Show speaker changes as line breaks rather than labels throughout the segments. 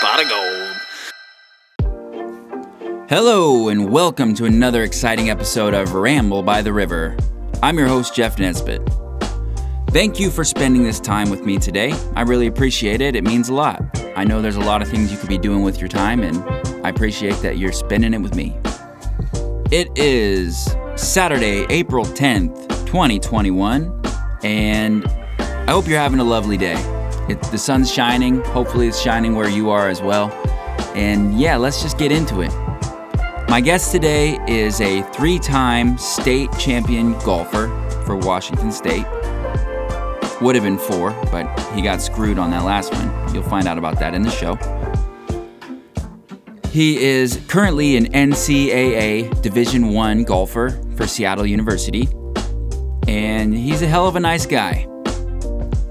Pot of gold.
Hello, and welcome to another exciting episode of Ramble by the River. I'm your host, Jeff Nesbitt. Thank you for spending this time with me today. I really appreciate it. It means a lot. I know there's a lot of things you could be doing with your time, and I appreciate that you're spending it with me. It is Saturday, April 10th, 2021, and I hope you're having a lovely day. It, the sun's shining. Hopefully, it's shining where you are as well. And yeah, let's just get into it. My guest today is a three time state champion golfer for Washington State. Would have been four, but he got screwed on that last one. You'll find out about that in the show. He is currently an NCAA Division One golfer for Seattle University, and he's a hell of a nice guy.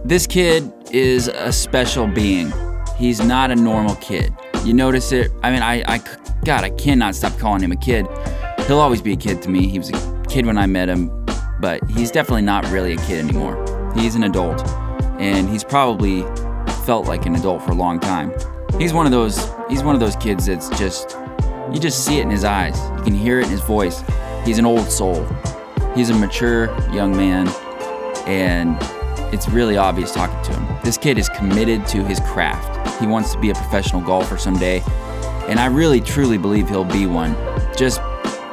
This kid is a special being. He's not a normal kid. You notice it. I mean, I, I, God, I cannot stop calling him a kid. He'll always be a kid to me. He was a kid when I met him, but he's definitely not really a kid anymore. He's an adult, and he's probably felt like an adult for a long time. He's one of those. He's one of those kids that's just. You just see it in his eyes. You can hear it in his voice. He's an old soul. He's a mature young man and it's really obvious talking to him. This kid is committed to his craft. He wants to be a professional golfer someday, and I really truly believe he'll be one. Just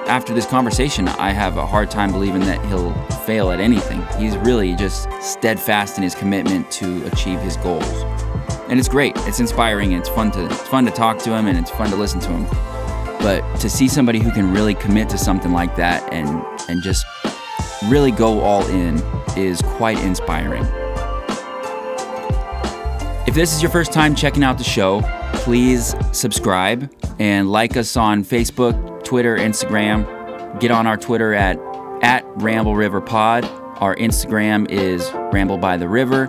after this conversation, I have a hard time believing that he'll fail at anything. He's really just steadfast in his commitment to achieve his goals. And it's great. It's inspiring and it's fun to it's fun to talk to him and it's fun to listen to him but to see somebody who can really commit to something like that and and just really go all in is quite inspiring. If this is your first time checking out the show, please subscribe and like us on Facebook, Twitter, Instagram. Get on our Twitter at at Ramble River Pod. Our Instagram is Ramble by the River.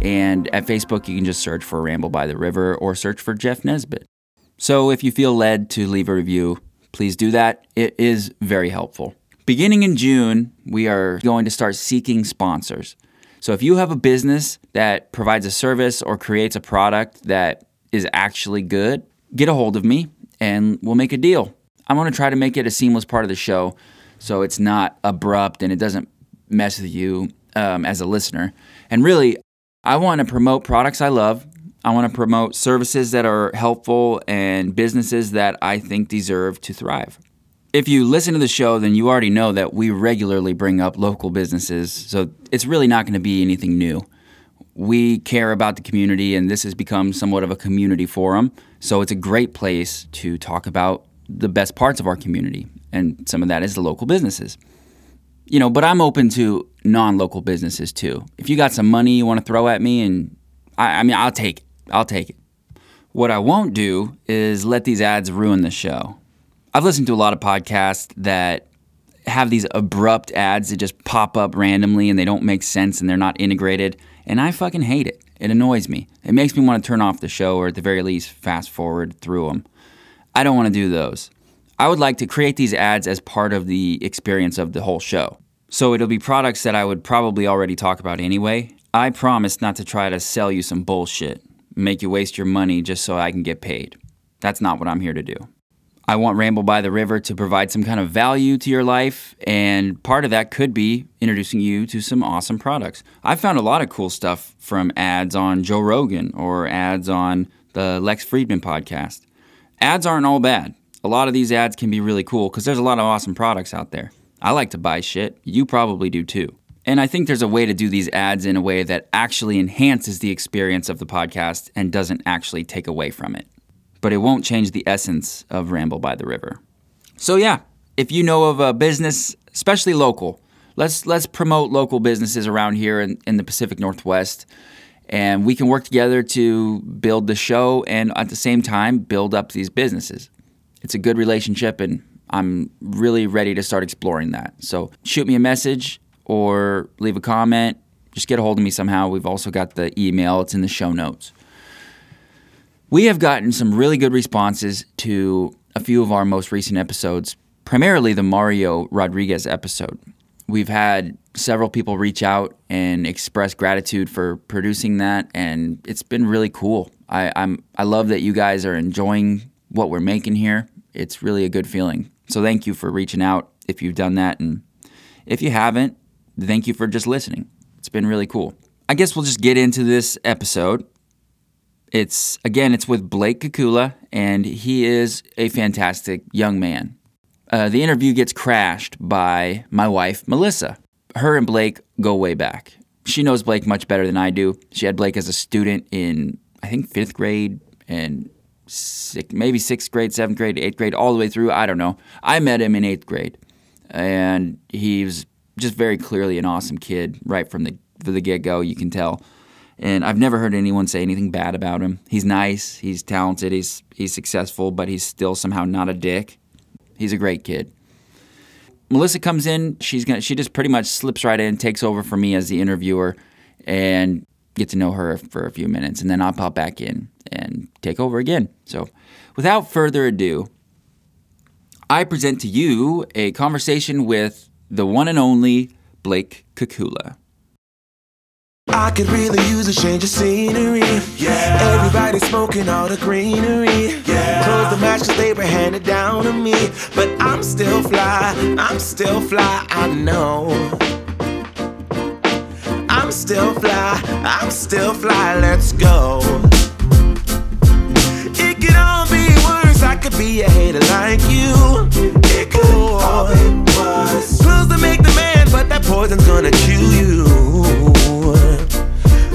And at Facebook, you can just search for Ramble by the River or search for Jeff Nesbitt. So if you feel led to leave a review, please do that. It is very helpful. Beginning in June, we are going to start seeking sponsors. So if you have a business that provides a service or creates a product that is actually good, get a hold of me and we'll make a deal. I'm going to try to make it a seamless part of the show so it's not abrupt and it doesn't mess with you um, as a listener. And really, I want to promote products I love. I want to promote services that are helpful and businesses that I think deserve to thrive. If you listen to the show, then you already know that we regularly bring up local businesses, so it's really not going to be anything new. We care about the community, and this has become somewhat of a community forum, so it's a great place to talk about the best parts of our community, and some of that is the local businesses you know, but I'm open to non-local businesses too. If you got some money you want to throw at me, and I, I mean, I'll take it. I'll take it. What I won't do is let these ads ruin the show. I've listened to a lot of podcasts that have these abrupt ads that just pop up randomly and they don't make sense and they're not integrated, and I fucking hate it. It annoys me. It makes me want to turn off the show or at the very least fast forward through them. I don't want to do those. I would like to create these ads as part of the experience of the whole show. So it'll be products that I would probably already talk about anyway. I promise not to try to sell you some bullshit, make you waste your money just so I can get paid. That's not what I'm here to do. I want Ramble by the River to provide some kind of value to your life, and part of that could be introducing you to some awesome products. I found a lot of cool stuff from ads on Joe Rogan or ads on the Lex Friedman podcast. Ads aren't all bad. A lot of these ads can be really cool because there's a lot of awesome products out there. I like to buy shit. You probably do too. And I think there's a way to do these ads in a way that actually enhances the experience of the podcast and doesn't actually take away from it. But it won't change the essence of Ramble by the River. So yeah, if you know of a business, especially local, let's let's promote local businesses around here in, in the Pacific Northwest. And we can work together to build the show and at the same time build up these businesses. It's a good relationship and I'm really ready to start exploring that. So shoot me a message or leave a comment. Just get a hold of me somehow. We've also got the email, it's in the show notes. We have gotten some really good responses to a few of our most recent episodes, primarily the Mario Rodriguez episode. We've had several people reach out and express gratitude for producing that, and it's been really cool. I, I'm I love that you guys are enjoying what we're making here. It's really a good feeling. So thank you for reaching out if you've done that, and if you haven't, thank you for just listening. It's been really cool. I guess we'll just get into this episode. It's again, it's with Blake Kakula, and he is a fantastic young man. Uh, the interview gets crashed by my wife, Melissa. Her and Blake go way back. She knows Blake much better than I do. She had Blake as a student in, I think, fifth grade and six, maybe sixth grade, seventh grade, eighth grade, all the way through. I don't know. I met him in eighth grade, and he was just very clearly an awesome kid right from the, from the get go. You can tell. And I've never heard anyone say anything bad about him. He's nice, he's talented, he's, he's successful, but he's still somehow not a dick. He's a great kid. Melissa comes in. She's gonna. She just pretty much slips right in, takes over for me as the interviewer, and get to know her for a few minutes, and then I'll pop back in and take over again. So, without further ado, I present to you a conversation with the one and only Blake Kakula.
I could really use a change of scenery. Yeah. Everybody smoking all the greenery. Yeah. Close the match 'cause they were handed down to me. But I'm still fly. I'm still fly. I know. I'm still fly. I'm still fly. Let's go. It could all be worse. I could be a hater like you. It could all be worse. Pills to make the man, but that poison's gonna kill you.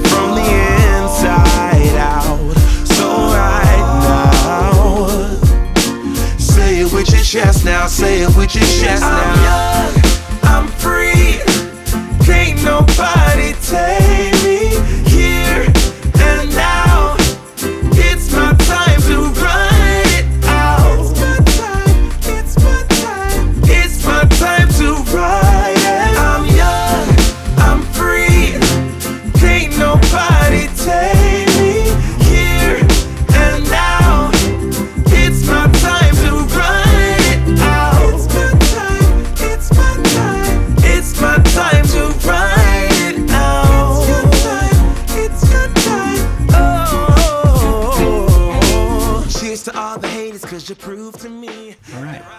From the inside out. So right now, say it with your chest now. Say it with your chest now. I'm young. I'm free. Can't nobody take me here and now. It's my time to run it out. It's my time. It's my time. It's my time to ride it. I'm young. I'm free. Can't nobody take me here and now. It's my time to run it out. It's my time. It's my time. It's my time to run it out. It's your time. It's your time. Oh. Cheers to all the haters, cause you proved to me.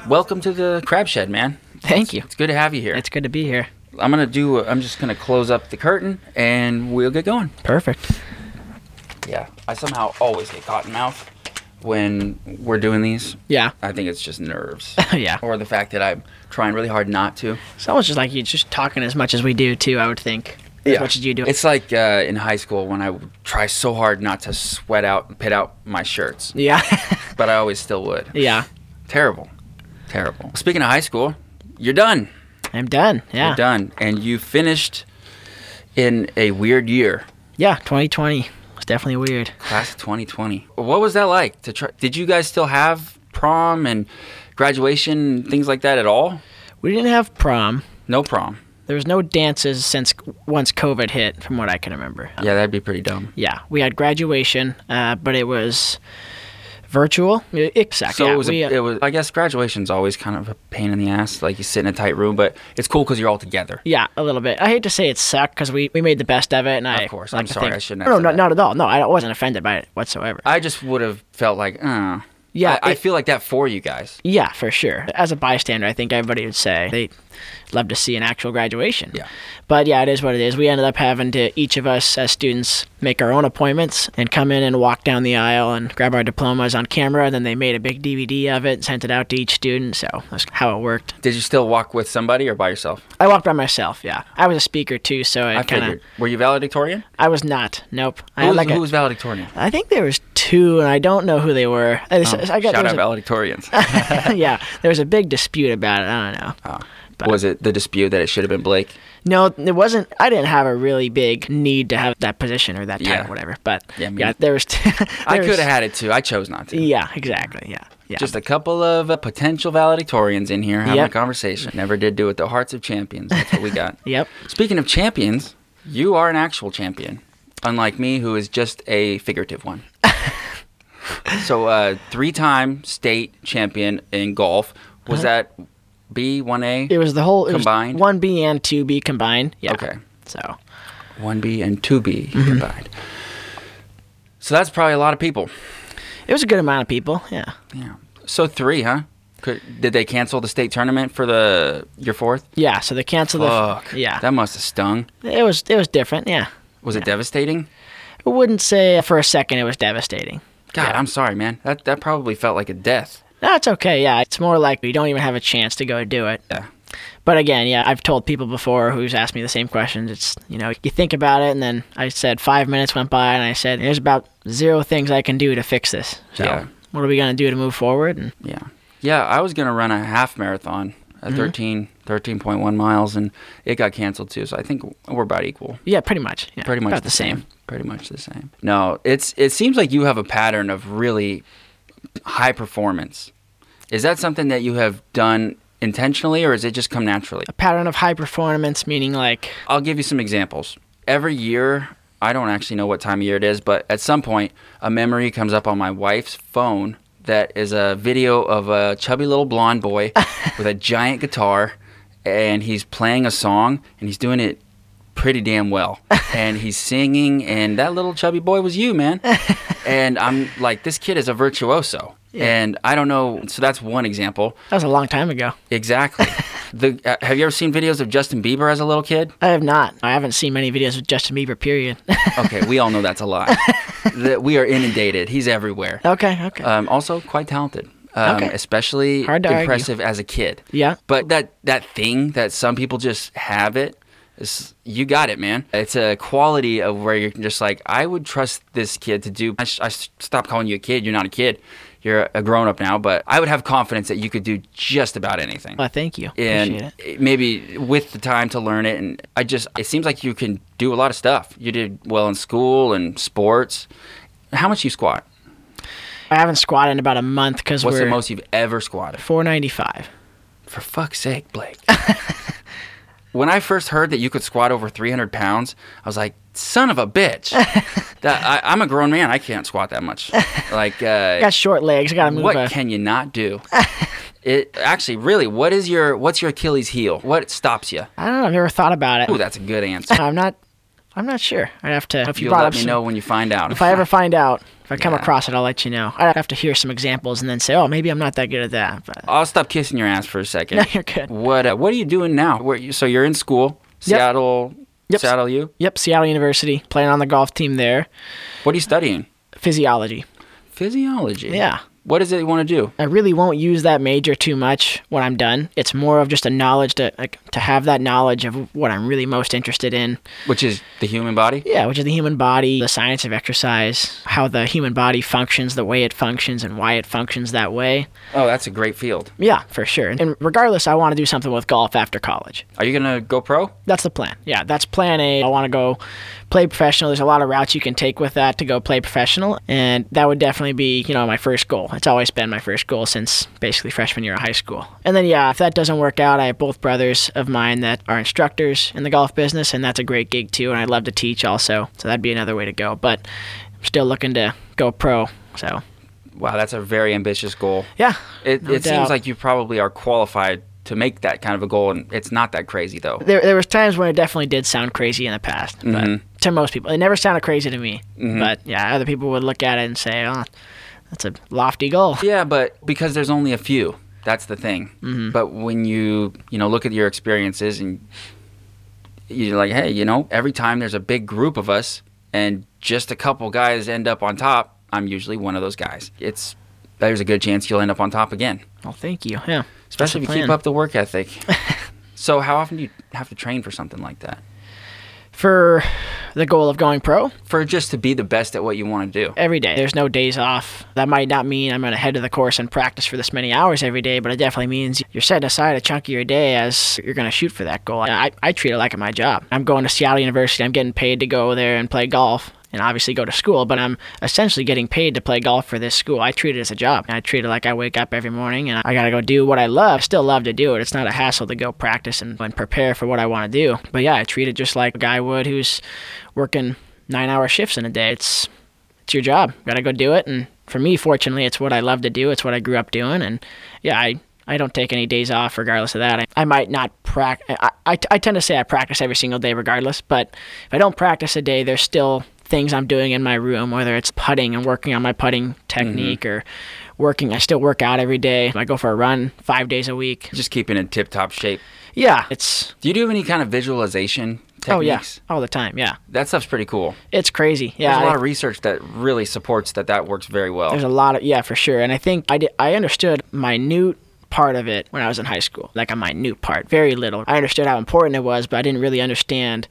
Welcome to the Crab Shed, man.
Thank you.
It's good to have you here.
It's good to be here.
I'm gonna do. I'm just gonna close up the curtain and we'll get going.
Perfect.
Yeah, I somehow always get cotton mouth when we're doing these.
Yeah.
I think it's just nerves.
Yeah.
Or the fact that I'm trying really hard not to.
It's almost just like you just talking as much as we do too. I would think. As much as you do.
It's like uh, in high school when I would try so hard not to sweat out and pit out my shirts,
yeah.
but I always still would.
yeah.
Terrible. Terrible. Speaking of high school, you're done.
I'm done. Yeah.
You're done. And you finished in a weird year.
Yeah. 2020 was definitely weird.
class of 2020 what was that like to try did you guys still have prom and graduation and things like that at all
We didn't have prom.
no prom
There was no dances since once COVID hit, from what I can remember.
yeah that'd be pretty dumb
Yeah, we had graduation, uh, but it was virtual. I- Exactly.
so
yeah,
it, was
we, uh,
a, it was i guess graduation's always kind of a pain in the ass like you sit in a tight room but it's cool because you're all together
Yeah, a little bit. I hate to say it sucked because we, we made the best of it, and I
Of course,
like
I'm
to
sorry,
think-
I shouldn't have
No,
said
no,
that.
not at all. No, I wasn't offended by it whatsoever.
i just would have felt like uh
Yeah,
I, I
it-
feel like that for you guys
Yeah, for sure. As a bystander, I think everybody would say they love to see an actual graduation.
Yeah.
But yeah, it is what it is. We ended up having to each of us as students make our own appointments and come in and walk down the aisle and grab our diplomas on camera. Then they made a big DVD of it and sent it out to each student. So that's how it worked.
did you still walk with somebody or by yourself
I walked by myself. Yeah, I was a speaker too, so it
i
kind of
figured were you valedictorian
I was not. Nope. I
who,
had
was,
like
who
a-
was valedictorian
I think there was two, and I don't know who they were. I, just- I got, there
Oh, shout
was
out valedictorians
a, yeah, there was a big dispute about it. I don't know.
was it the dispute that it should have been blake
No, it wasn't. I didn't have a really big need to have that position or that title,
Yeah.
or whatever. But
Yeah,
yeah,
me neither.
there was.
i
there
could
was-
have had it too i chose not to
Yeah, exactly. Yeah, yeah.
Just a couple of uh, potential valedictorians in here having
Yep.
a conversation. Never did do it. The hearts of champions. That's what we got.
Yep.
Speaking of champions, you are an actual champion, unlike me, who is just a figurative one.
Uh-huh.
so, uh, three-time state champion in golf. Was that B, one A,
It was the whole it was
Combined?
one B and two B combined. Yeah.
Okay.
So
one B, and two B
Mm-hmm.
combined. So that's probably a lot of people.
it was a good amount of people. Yeah.
Yeah. So three, huh? Could, did they cancel the state tournament for the your fourth?
Yeah. So they canceled
Fuck.
the yeah.
That must have stung.
it was it was different. Yeah.
Was it devastating?
I wouldn't say for a second it was devastating.
God, I'm sorry, man. That that probably felt like a death.
That's okay. Yeah. It's more like we don't even have a chance to go do it.
Yeah.
But again, yeah, I've told people before who's asked me the same questions. It's, you know, you think about it, and then I said five minutes went by, and I said, there's about zero things I can do to fix this. So,
Yeah.
what are we going to do to move forward? And
Yeah. Yeah, I was going to run a half marathon at
Mm-hmm.
thirteen, thirteen point one 13, 13.1 miles, and it got canceled too. So I think we're about equal.
yeah, pretty much. Yeah,
Pretty much
about the same.
Pretty much the same. No, it's it seems like you have a pattern of really high performance. Is that something that you have done intentionally, or has it just come naturally?
Pattern of high performance, meaning like,
I'll give you some examples. Every year, I don't actually know what time of year it is, but at some point, a memory comes up on my wife's phone that is a video of a chubby little blonde boy with a giant guitar, and he's playing a song, and he's doing it pretty damn well. And he's singing, and that little chubby boy was you, man. And I'm like, this kid is a virtuoso. And I don't know. So that's one example.
that was a long time ago.
Exactly. the, uh, have you ever seen videos of Justin Bieber as a little kid?
I have not. I haven't seen many videos of Justin Bieber, period.
okay, we all know that's a lie. that we are inundated. He's everywhere.
okay, okay.
Um, also, quite talented. Um,
Okay.
Especially
Hard to argue.
impressive as a kid.
Yeah.
But that that thing that some people just have it, is, you got it, man. It's a quality of where you're just like, I would trust this kid to do. I, sh- I s- stop calling you a kid. You're not a kid. You're a grown up now. But I would have confidence that you could do just about anything
well, thank you. Appreciate
and
it.
it- maybe with the time to learn it and i just it seems like you can do a lot of stuff you did well in school and sports how much you squat
I haven't squatted in about a month because
what's
we're
the most you've ever squatted
495.
for fuck's sake blake when i first heard that you could squat over 300 pounds i was like son of a bitch that I, i'm a grown man i can't squat that much like uh,
I got short legs. I got to move.
what
a-
can you not do it actually really what is your what's your achilles heel what stops you
I don't know. I've never thought about it.
Ooh, that's a good answer
I'm not. I'm not sure. I'd have to. If you
You'll
brought
let
up
me
some-
know when you find out.
If I ever find out, if I come
Yeah.
across it, I'll let you know. I'd have to hear some examples and then say, oh, maybe I'm not that good at that. But
I'll stop kissing your ass for a second.
No, you're good.
What uh, What are you doing now? Where you, so you're in school,
Yep.
Seattle,
Yep.
Seattle U.
yep, Seattle University, playing on the golf team there.
What are you studying?
Physiology.
Physiology.
Yeah.
What is it you want to do?
I really won't use that major too much when I'm done. It's more of just a knowledge to like, to have that knowledge of what I'm really most interested in.
Which is the human body.
Yeah, which is the human body, the science of exercise, how the human body functions, the way it functions, and why it functions that way.
Oh, that's a great field.
Yeah, for sure. And regardless, I want to do something with golf after college.
Are you gonna go pro?
That's the plan. Yeah, that's plan A. I want to go play professional. There's a lot of routes you can take with that to go play professional, and that would definitely be, you know, my first goal. It's always been my first goal since basically freshman year of high school. And then yeah, if that doesn't work out, I have both brothers of mine that are instructors in the golf business, and that's a great gig too, and I'd love to teach also. So that'd be another way to go, but I'm still looking to go pro. So,
Wow, that's a very ambitious goal.
yeah.
It,
no
it seems
doubt.
like you probably are qualified to make that kind of a goal, and it's not that crazy though.
there, there was times when it definitely did sound crazy in the past, but
Mhm.
to most people, it never sounded crazy to me.
Mm-hmm.
But yeah, other people would look at it and say, "Oh, that's a lofty goal."
Yeah, but because there's only a few, that's the thing.
Mm-hmm.
But when you you know look at your experiences and you're like, hey, you know, every time there's a big group of us and just a couple guys end up on top, I'm usually one of those guys. It's there's a good chance you'll end up on top again,
Well, thank you. Yeah, That's the
especially if you keep
plan.
up the work ethic. so how often do you have to train for something like that?
for the goal of going pro
For just to be the best at what you want to do.
every day. There's no days off. That might not mean I'm going to head to the course and practice for this many hours every day, but it definitely means you're setting aside a chunk of your day as you're going to shoot for that goal. I, I treat it like my job. I'm going to Seattle University. I'm getting paid to go there and play golf. And obviously go to school, but I'm essentially getting paid to play golf for this school. I treat it as a job. I treat it like I wake up every morning and I gotta go do what I love. I still love to do it. It's not a hassle to go practice and, and prepare for what I want to do. But yeah, I treat it just like a guy would who's working nine hour shifts in a day. It's it's your job. Got to go do it. And for me, fortunately, it's what I love to do. It's what I grew up doing. And yeah, I, I don't take any days off regardless of that. I, I might not practice. I, I, I tend to say I practice every single day regardless, but if I don't practice a day, there's still things I'm doing in my room, whether it's putting and working on my putting technique
Mm-hmm.
or working. I still work out every day. I go for a run five days a week.
Just keeping in tip top shape.
Yeah, it's
Do you do any kind of visualization techniques?
oh yeah, all the time. Yeah,
That stuff's pretty cool.
it's crazy. Yeah,
There's a
I-
lot of research that really supports that that works very well.
There's a lot of yeah, for sure. And I think I did, I understood minute part of it when I was in high school, like a minute part, very little. I understood how important it was, but I didn't really understand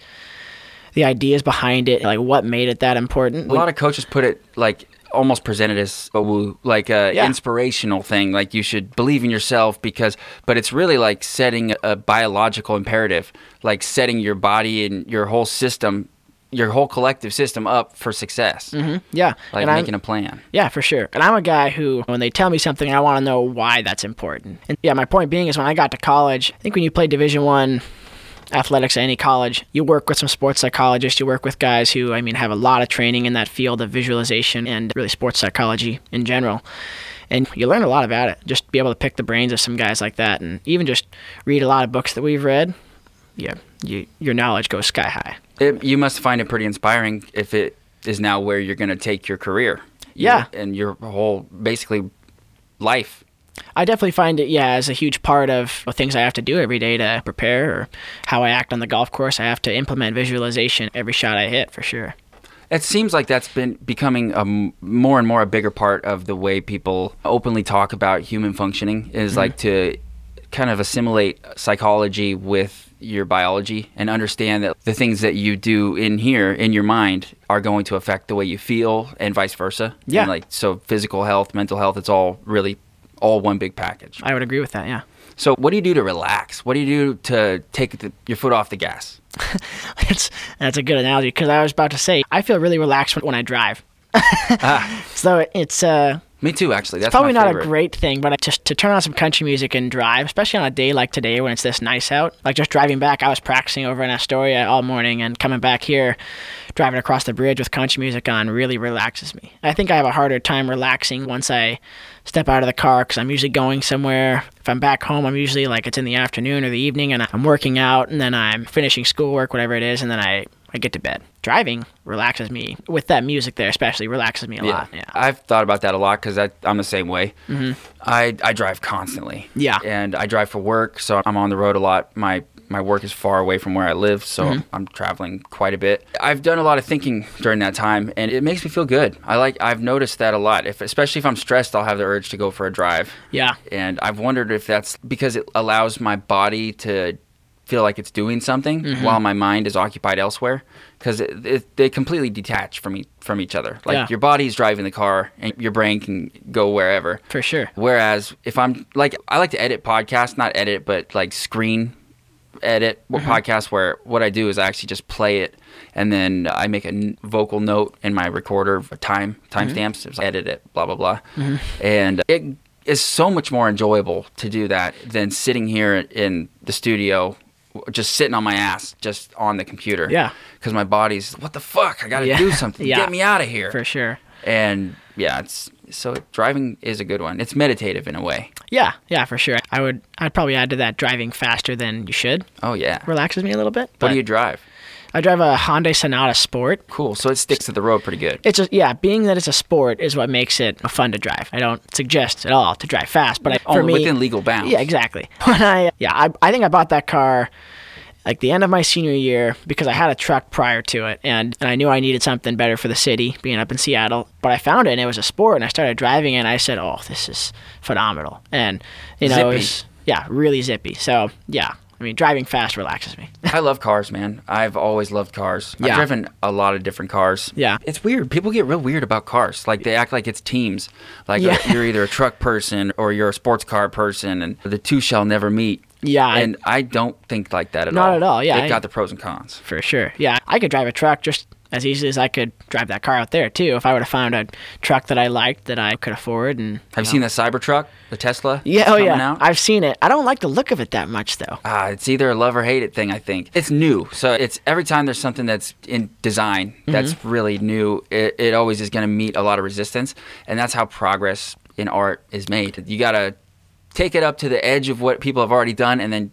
the ideas behind it, like what made it that important.
a lot of coaches put it like almost presented as a woo, like a
Yeah.
inspirational thing like you should believe in yourself because but it's really like setting a biological imperative like setting your body and your whole system your whole collective system up for success
yeah,
like
Mm-hmm. and I'm-
making a plan
Yeah, for sure. And I'm a guy who, when they tell me something, I want to know why that's important. And yeah, my point being is when I got to college, I think when you play Division One athletics at any college, you work with some sports psychologists, you work with guys who, I mean, have a lot of training in that field of visualization and really sports psychology in general. And you learn a lot about it. Just be able to pick the brains of some guys like that, and even just read a lot of books that we've read. Yeah, you, your knowledge goes sky high.
it, you must find it pretty inspiring if it is now where you're going to take your career
Yeah.
Your- and your whole basically life
I definitely find it, yeah, as a huge part of the things I have to do every day to prepare or how I act on the golf course. I have to implement visualization every shot I hit for sure.
It seems like that's been becoming a m- more and more a bigger part of the way people openly talk about human functioning is
Mm-hmm.
like to kind of assimilate psychology with your biology and understand that the things that you do in here in your mind are going to affect the way you feel and vice versa.
Yeah.
And like so physical health, mental health, it's all really all one big package.
I would agree with that, yeah.
So what do you do to relax? What do you do to take the, your foot off the gas?
That's, that's a good analogy because I was about to say, I feel really relaxed when, when I drive. So it's uh,
Me too actually. That's
probably
my
not a
favorite.
great thing, but I just to turn on some country music and drive, especially on a day like today when it's this nice out. Like just driving back, I was practicing over in Astoria all morning and coming back here, driving across the bridge with country music on really relaxes me. I think I have a harder time relaxing once I step out of the car because I'm usually going somewhere. If I'm back home, I'm usually like it's in the afternoon or the evening and I'm working out and then I'm finishing schoolwork, whatever it is, and then I. I get to bed. Driving relaxes me with that music there, especially relaxes me a lot. Yeah. Mm-hmm.
I've thought about that a lot because I'm the same way. I, I drive constantly.
Yeah.
And I drive for work, so I'm on the road a lot. My my work is far away from where I live, so
Mm-hmm.
I'm traveling quite a bit. I've done a lot of thinking during that time, and it makes me feel good. I like I've noticed that a lot. If especially if I'm stressed, I'll have the urge to go for a drive.
Yeah.
And I've wondered if that's because it allows my body to feel like it's doing something
Mm-hmm.
while my mind is occupied elsewhere because it, it, they completely detach from e- from each other. Like
Yeah.
your body's driving the car and your brain can go wherever.
For sure.
Whereas if I'm like I like to edit podcasts, not edit but like screen edit what
Mm-hmm.
podcasts where what I do is I actually just play it and then I make a n- vocal note in my recorder for time
Mm-hmm.
timestamps. It's like, edit it, blah blah blah, and it is so much more enjoyable to do that than sitting here in the studio. w- Just sitting on my ass, just on the computer.
Yeah.
Because my body's, what the fuck? I got to
Yeah.
do something.
Yeah.
Get me out of here.
For sure.
And yeah, it's so driving is a good one. It's meditative in a way.
Yeah, yeah, for sure. I would I'd probably add to that driving faster than you should.
Oh yeah.
Relaxes me a little bit.
What
but
do you drive?
I drive a Hyundai Sonata Sport.
Cool. So it sticks to the road pretty good.
It's just yeah, being that it's a sport is what makes it fun to drive. I don't suggest at all to drive fast, but I, for
Only
me
Oh, within legal bounds.
Yeah, exactly. When I uh, yeah, I, I think I bought that car like the end of my senior year because I had a truck prior to it and, and I knew I needed something better for the city being up in Seattle. But I found it and it was a sport and I started driving it and I said, Oh, this is phenomenal. And you know,
Zippy.
it was yeah, really zippy. So yeah. I mean driving fast relaxes me.
I love cars, man. I've always loved cars.
Yeah.
I've driven a lot of different cars.
Yeah.
It's weird. People get real weird about cars. Like they act like it's teams. Like uh,
Yeah.
you're either a truck person or you're a sports car person and the two shall never meet.
Yeah, I-
And I, don't think like that at all.
Not at all, yeah,
They've
I-
got the pros and cons.
for sure. Yeah, I could drive a truck just as easily as I could drive that car out there too. If I would have found a truck that I liked that I could afford and
Have you seen the Cybertruck, the Tesla?
yeah, oh
coming
yeah,
out?
I've seen it. I don't like the look of it that much though.
Ah, it's either a love or hate it thing. I think it's new, so it's every time there's something that's in design that's really new, it, it always is going to meet a lot of resistance, and that's how progress in art is made. You gotta take it up to the edge of what people have already done and then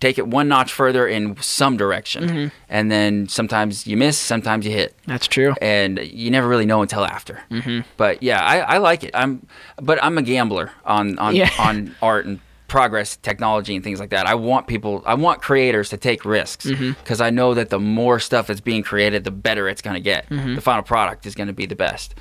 take it one notch further in some direction. And then sometimes you miss, sometimes you hit.
That's true.
And you never really know until after. Mm-hmm. But yeah, I, I like it. I'm, but I'm a gambler on on
Yeah.
on art and progress, technology, and things like that. I want people, I want creators to take risks because I know that the more stuff that's being created, the better it's going to get. The final product is going to be the best.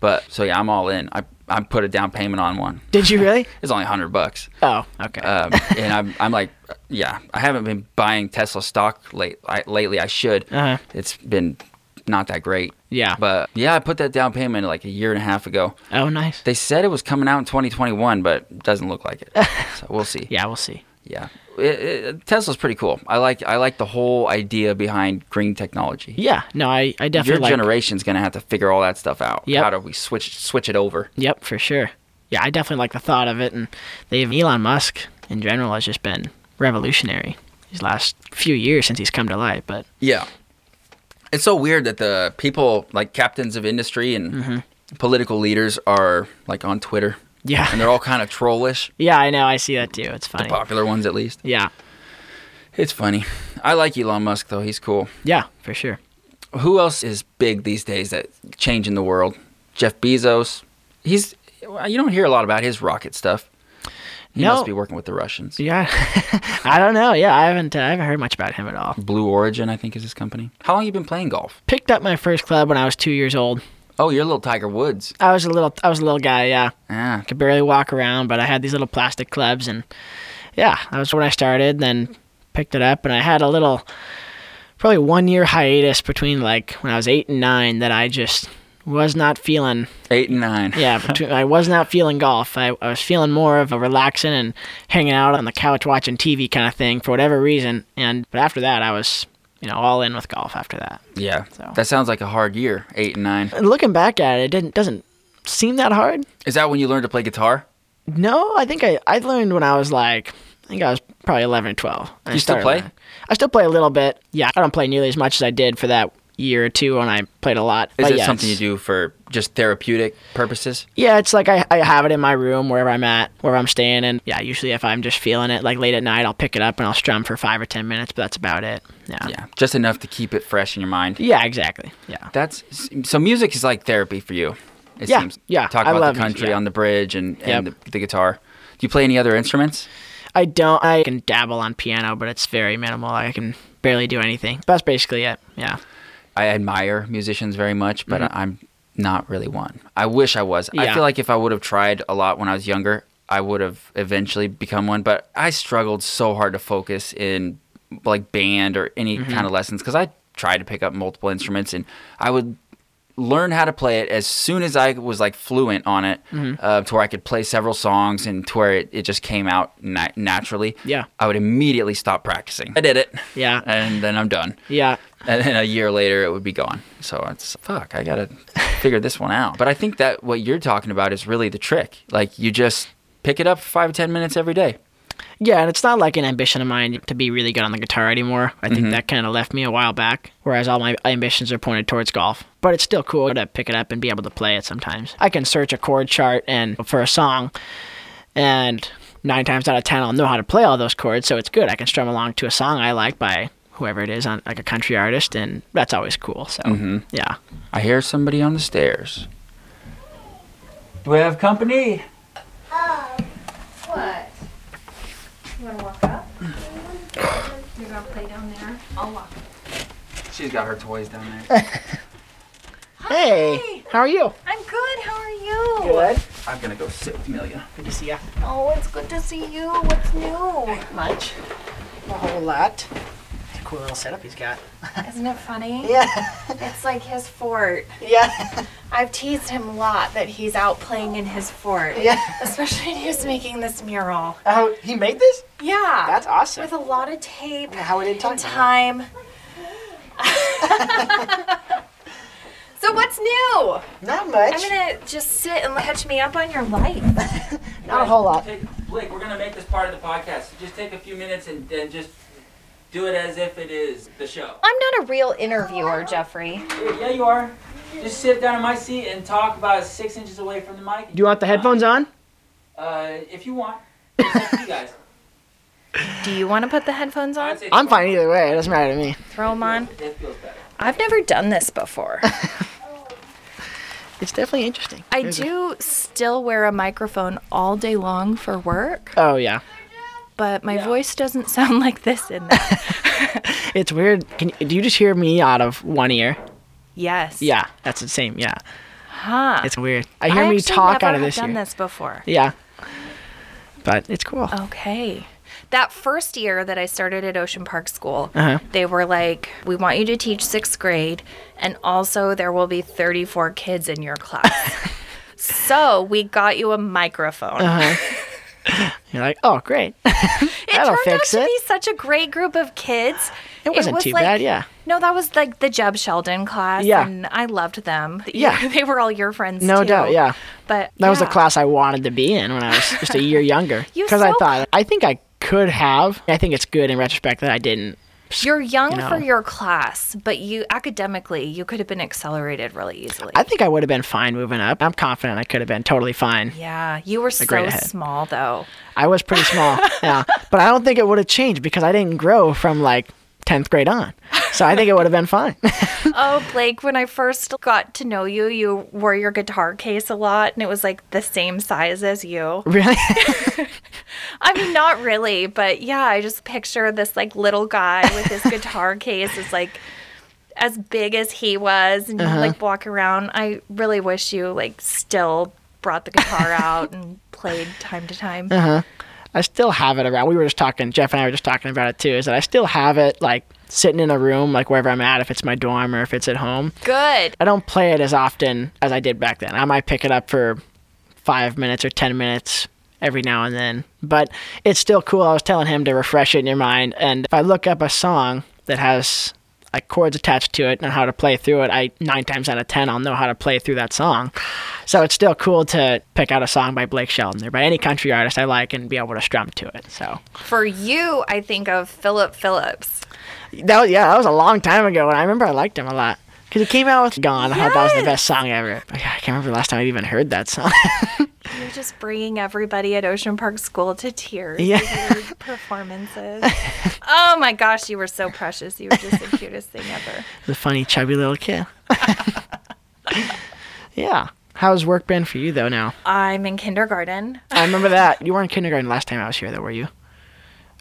But so yeah, I'm all in. I I put a down payment on one.
Did you really?
It's only hundred bucks
Oh, okay.
um, and I'm, I'm like, yeah, I haven't been buying Tesla stock late I, lately. I should.
Uh-huh.
It's been not that great.
Yeah.
But yeah, I put that down payment like a year and a half ago.
oh, nice.
They said it was coming out in 2021, but it doesn't look like it. so we'll see.
yeah, we'll see.
Yeah. It- it- Tesla's pretty cool. I like I like the whole idea behind green technology.
Yeah, no, I, I
Your
definitely like.
generation's gonna have to figure all that stuff out.
Yep.
How do we switch switch it over?
Yep, for sure. Yeah, I definitely like the thought of it, and they've Elon Musk in general has just been revolutionary these last few years since he's come to light. But
Yeah. It's so weird that the people like captains of industry and
Mm-hmm.
political leaders are like on Twitter.
Yeah.
And they're all kind of trollish,
yeah, I know I see that too. It's funny.
popular ones at least.
Yeah,
It's funny. I like Elon Musk though. He's cool.
yeah, for sure.
Who else is big these days that changing the world? Jeff Bezos. He's you don't hear a lot about his rocket stuff. He
No.
must be working with the Russians.
Yeah, I don't know. Yeah, I haven't uh, I haven't heard much about him at all.
Blue Origin, I think, is his company. How long you been playing golf?
Picked up my first club when I was two years old.
Oh, you're a little Tiger Woods.
I was a little I was a little guy. Yeah,
Ah,
could barely walk around, but I had these little plastic clubs, and yeah, that was when I started. Then picked it up, and I had a little, probably one year hiatus between like when I was eight and nine that I just was not feeling.
eight and nine.
Yeah, between, I was not feeling golf. I, I was feeling more of a relaxing and hanging out on the couch watching TV kind of thing for whatever reason. And but after that, I was you know all in with golf after that.
Yeah.
So-
That sounds like a hard year, eight and nine.
And looking back at it, it didn't doesn't seem that hard.
Is that when you learned to play guitar?
No, I think I, I learned when I was like, I think I was probably 11 or 12. I
you still
started
play?
learning. I still play a little bit. Yeah, I don't play nearly as much as I did for that year or two when I played a lot.
Is
But
it
yeah,
something you
it's-
do for just therapeutic purposes?
Yeah, it's like I, I have it in my room wherever I'm at, wherever I'm staying. And yeah, usually if I'm just feeling it, like late at night, I'll pick it up and I'll strum for five or 10 minutes, but that's about it. Yeah.
Yeah, just enough to keep it fresh in your mind.
Yeah, exactly. Yeah.
That's so. Music is like therapy for you. It
Yeah,
seems.
yeah,
Talk
I
about
love
the
music,
country
yeah.
on the bridge and, and
Yep.
the, the guitar. Do you play any other instruments?
I don't, I can dabble on piano, but it's very minimal. I can barely do anything. That's basically it. Yeah.
I admire musicians very much, but I'm not really one. I wish I was. I
Mm-hmm. Yeah.
feel like if I would have tried a lot when I was younger, I would have eventually become one. But I struggled so hard to focus in like band or any
Mm-hmm.
kind of lessons because I tried to pick up multiple instruments and I would learn how to play it as soon as I was like fluent on it
Mm-hmm.
uh, to where I could play several songs and to where it, it just came out na- naturally.
Yeah.
I would immediately stop practicing. I did it.
Yeah.
And then I'm done
Yeah.
and then a year later it would be gone. So it's fuck, I gotta figure this one out. But I think that what you're talking about is really the trick. Like you just pick it up for five or ten minutes every day.
Yeah, and it's not like an ambition of mine to be really good on the guitar anymore. I think that kind of left me a while back, whereas all my ambitions are pointed towards golf. But it's still cool to pick it up and be able to play it sometimes. I can search a chord chart and for a song, and nine times out of ten, I'll know how to play all those chords, so it's good. I can strum along to a song I like by whoever it is on like a country artist, and that's always cool. So yeah,
I hear somebody on the stairs. Do we have company?
What? You wanna walk up? You're gonna play down there? I'll walk.
She's got her toys down there.
hey, how are you?
I'm good, how are you?
I'm gonna go sit with Amelia.
Good to see you.
Oh, it's good to see you. What's new?
Much, a whole lot. It's a cool little setup he's got.
Isn't it funny?
Yeah,
It's like his fort.
yeah.
I've teased him a lot that he's out playing in his fort.
Yeah.
Especially when he was making this mural.
Oh, he made this?
Yeah.
That's awesome.
With a lot of tape.
How we didn't talk
and
about that.
time. so what's new?
Not
I'm
much.
gonna just sit and catch me up on your life.
Not a whole lot.
Blake, we're gonna make this part of the podcast. Just take a few minutes and then just do it as if it is the show.
I'm not a real interviewer, Jeffrey.
Yeah, you are. Just sit down in my seat and talk about six inches away from the mic.
Do you want the headphones on?
Uh, if you want. you guys.
Do you want to put the headphones on?
I'm fine either way. It doesn't matter to me.
Throw them on.
It feels better.
I've never done this before.
It's definitely interesting.
I
There's a-
do still wear a microphone all day long for work,
Oh yeah,
but my voice doesn't sound like this in that.
it's weird. Can you, do you just hear me out of one ear?
yes.
Yeah, that's the same. Yeah,
Huh.
it's weird. I hear me
actually
talk
never
out of
have
this
done
ear.
this Oh. before.
Yeah, but it's cool.
Okay. That first year that I started at Ocean Park School,
Uh-huh.
they were like, "We want you to teach sixth grade, and also there will be 34 kids in your class." so we got you a microphone.
Uh-huh. You're like, oh great.
It
That'll
turned
fix
out to
it.
be such a great group of kids.
It wasn't
was
too
like-
bad. Yeah.
No, that was like the Jeb Sheldon class.
Yeah.
And I loved them.
Yeah.
they were all your friends.
No
too.
doubt. Yeah.
But
That was the
yeah.
class I wanted to be in when I was just a year younger.
You
I
so-
thought I think I could have. I think it's good in retrospect that I didn't.
You're young
you know.
for your class, but you academically you could have been accelerated really easily.
I think I would have been fine moving up. I'm confident I could have been totally fine.
yeah, you were so
grade ahead.
small though.
I was pretty small. yeah. But I don't think it would have changed because I didn't grow from like 10th grade on. So I think it would have been fine.
Oh, Blake, when I first got to know you, you wore your guitar case a lot and it was like the same size as you.
really?
I mean, not really, but yeah, I just picture this like little guy with his guitar case is like as big as he was and you like walk around. I really wish you like still brought the guitar out and played time to time.
I still have it around. We were just talking, Jeff and I were just talking about it too, is that I still have it like sitting in a room, like wherever I'm at, if it's my dorm or if it's at home.
Good.
I don't play it as often as I did back then. I might pick it up for five minutes or 10 minutes every now and then, but it's still cool. I was telling him to refresh it in your mind. And if I look up a song that has like chords attached to it and how to play through it, I nine times out of 10, I'll know how to play through that song. So it's still cool to pick out a song by Blake Shelton or by any country artist I like and be able to strum to it. So
For you, I think of Philip Phillips.
that was, yeah, that was a long time ago, and I remember I liked him a lot. Because he came out with Gone. I thought that was the best song ever. But yeah, I can't remember the last time I even heard that song.
You're just bringing everybody at Ocean Park School to tears.
Yeah.
with your Performances. oh my gosh, you were so precious. You were just the cutest thing ever.
the funny, chubby little kid. yeah. How's work been for you, though, now?
I'm in kindergarten.
I remember that. You were in kindergarten last time I was here, though, were you?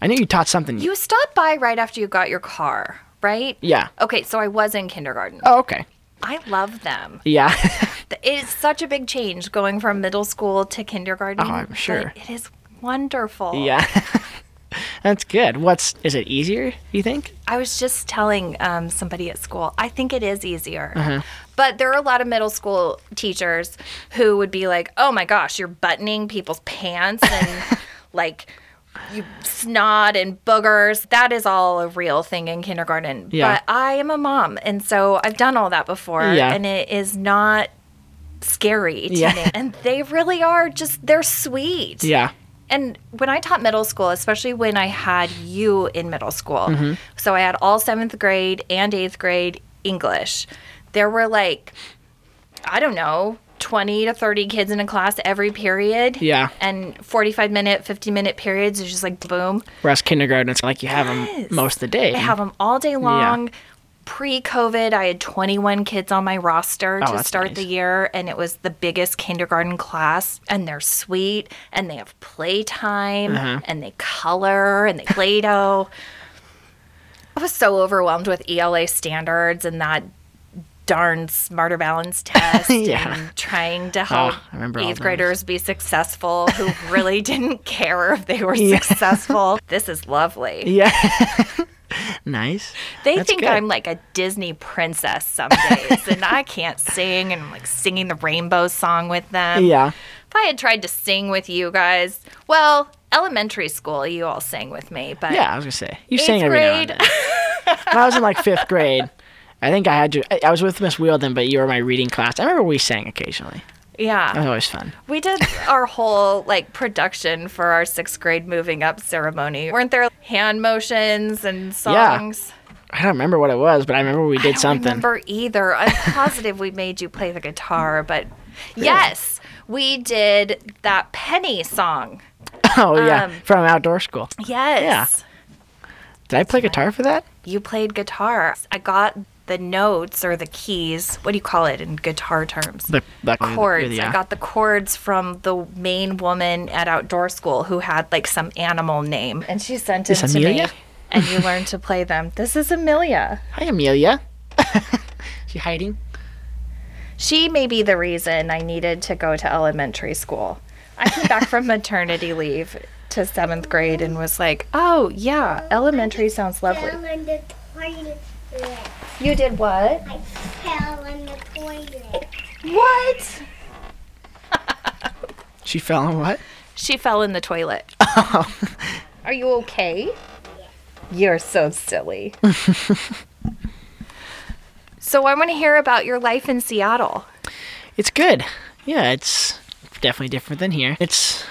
I knew you taught something.
You stopped by right after you got your car, right?
yeah.
Okay, so I was in kindergarten.
Oh, okay.
I love them.
Yeah.
Th- It is such a big change going from middle school to kindergarten.
Oh, I'm
but
sure.
It is wonderful.
yeah. That's good. What's, is it easier, you think?
I was just telling um, somebody at school, I think it is easier.
Mm-hmm.
But there are a lot of middle school teachers who would be like, oh my gosh, you're buttoning people's pants and like you snot and boogers. That is all a real thing in kindergarten.
Yeah.
But I am a mom. And so I've done all that before.
Yeah.
And it is not scary to
Yeah.
me. And they really are just, they're sweet.
Yeah.
And when I taught middle school, especially when I had you in middle school, so I had all seventh grade and eighth grade English, there were like, I don't know, 20 to 30 kids in a class every period.
Yeah.
And 45 minute, 50 minute periods is just like boom.
Whereas kindergarten, it's like you have them
Yes.
most of the day.
I have them all day long. Pre COVID, I had 21 kids on my roster
Oh,
to
that's
start
nice.
the year, and it was the biggest kindergarten class. And they're sweet, and they have playtime,
Mm-hmm.
and they color, and they Play Doh. I was so overwhelmed with ELA standards and that darn smarter balance test
Yeah. Oh,
and trying to help
I remember all
eighth
those.
graders be successful who really didn't care if they were successful. This is lovely.
Yeah. nice.
They
That's
think
good.
I'm like a Disney princess some days, and I can't sing, and I'm like singing the rainbow song with them.
Yeah.
If I had tried to sing with you guys, well, elementary school, you all sang with me, but
Yeah, I was gonna say you
eighth
sang every now and
grade,
then. when I was in like fifth grade, I think I had you. I, I was with Miss Wielden, but you were my reading class. I remember we sang occasionally. That was
yeah,
always fun.
we did our whole like production for our sixth grade moving up ceremony. Weren't there hand motions and songs?
I don't remember what it was, but I remember we did
I don't
something.
remember either. I'm positive we made you play the guitar, but yes, we did that Penny song.
Oh yeah,
Um,
from outdoor school.
Yes.
Did I play guitar for that?
You played guitar. I got the notes or the keys. What do you call it in guitar terms?
The, the
chords.
Yeah.
I got the chords from the main woman at outdoor school who had like some animal name, and she sent it
This
to
Amelia?
me. And you learned to play them. This is Amelia.
Hi, Amelia. she hiding?
She may be the reason I needed to go to elementary school. I came back from maternity leave to seventh grade and was like, oh, yeah, elementary sounds lovely.
fell in the toilet.
You did what?
I fell in the toilet.
What?
She fell on what?
She fell in the toilet. Are you okay? You're so silly. so I want to hear about your life in Seattle.
It's good. Yeah, it's definitely different than here. It's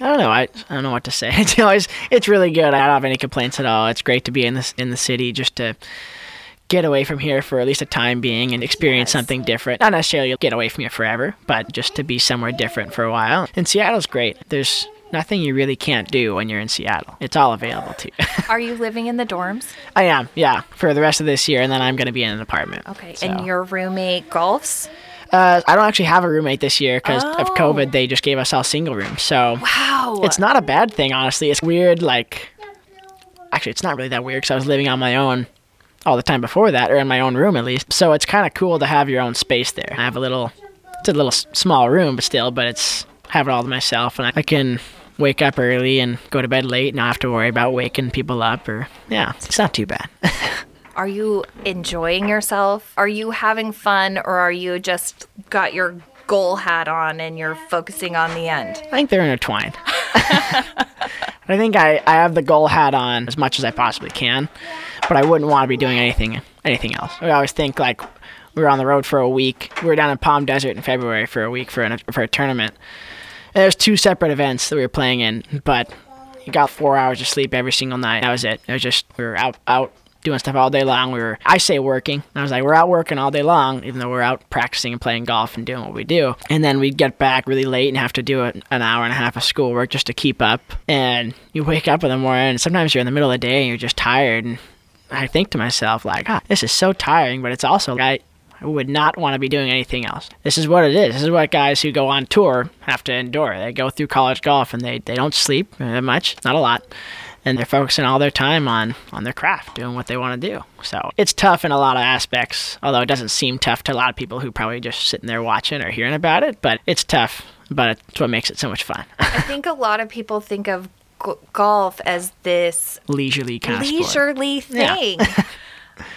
I don't know. I, I don't know what to say. It's always it's really good. I don't have any complaints at all. It's great to be in this in the city just to get away from here for at least a time being and experience something different. Not necessarily get away from here forever, but just to be somewhere different for a while. And Seattle's great. There's nothing you really can't do when you're in Seattle. It's all available to you.
Are you living in the dorms?
I am, yeah, for the rest of this year, and then I'm going to be in an apartment.
Okay.
so.
And your roommate golfs?
Uh, I don't actually have a roommate this year because of
Oh.
COVID. They just gave us all single rooms, so
Wow.
it's not a bad thing, honestly. It's weird, like actually, it's not really that weird because I was living on my own all the time before that, or in my own room at least. So it's kind of cool to have your own space there. I have a little, it's a little s- small room, but still, but it's I have it all to myself, and I, I can wake up early and go to bed late, and not have to worry about waking people up, or yeah, it's not too bad.
Are you enjoying yourself? Are you having fun or are you just got your goal hat on and you're focusing on the end?
I think they're intertwined. I think I, I have the goal hat on as much as I possibly can, but I wouldn't want to be doing anything anything else. I always think like we were on the road for a week. We were down in Palm Desert in February for a week for an, for a tournament. And there's two separate events that we were playing in, but you got four hours of sleep every single night. That was it. It was just we were out out doing stuff all day long. We were I say working. I was like we're out working all day long, even though we're out practicing and playing golf and doing what we do. And then we'd get back really late and have to do an an hour and a half of schoolwork just to keep up. And you wake up in the morning. and Sometimes you're in the middle of the day and you're just tired. And I think to myself like, ah, this is so tiring, but it's also like. I would not want to be doing anything else. This is what it is. This is what guys who go on tour have to endure. They go through college golf and they, they don't sleep that much, not a lot. And they're focusing all their time on, on their craft, doing what they want to do. So it's tough in a lot of aspects, although it doesn't seem tough to a lot of people who probably just sitting there watching or hearing about it, but it's tough, but it's what makes it so much fun.
I think a lot of people think of g- golf as this
Leisurely kind of sport.
leisurely
Yeah.
thing.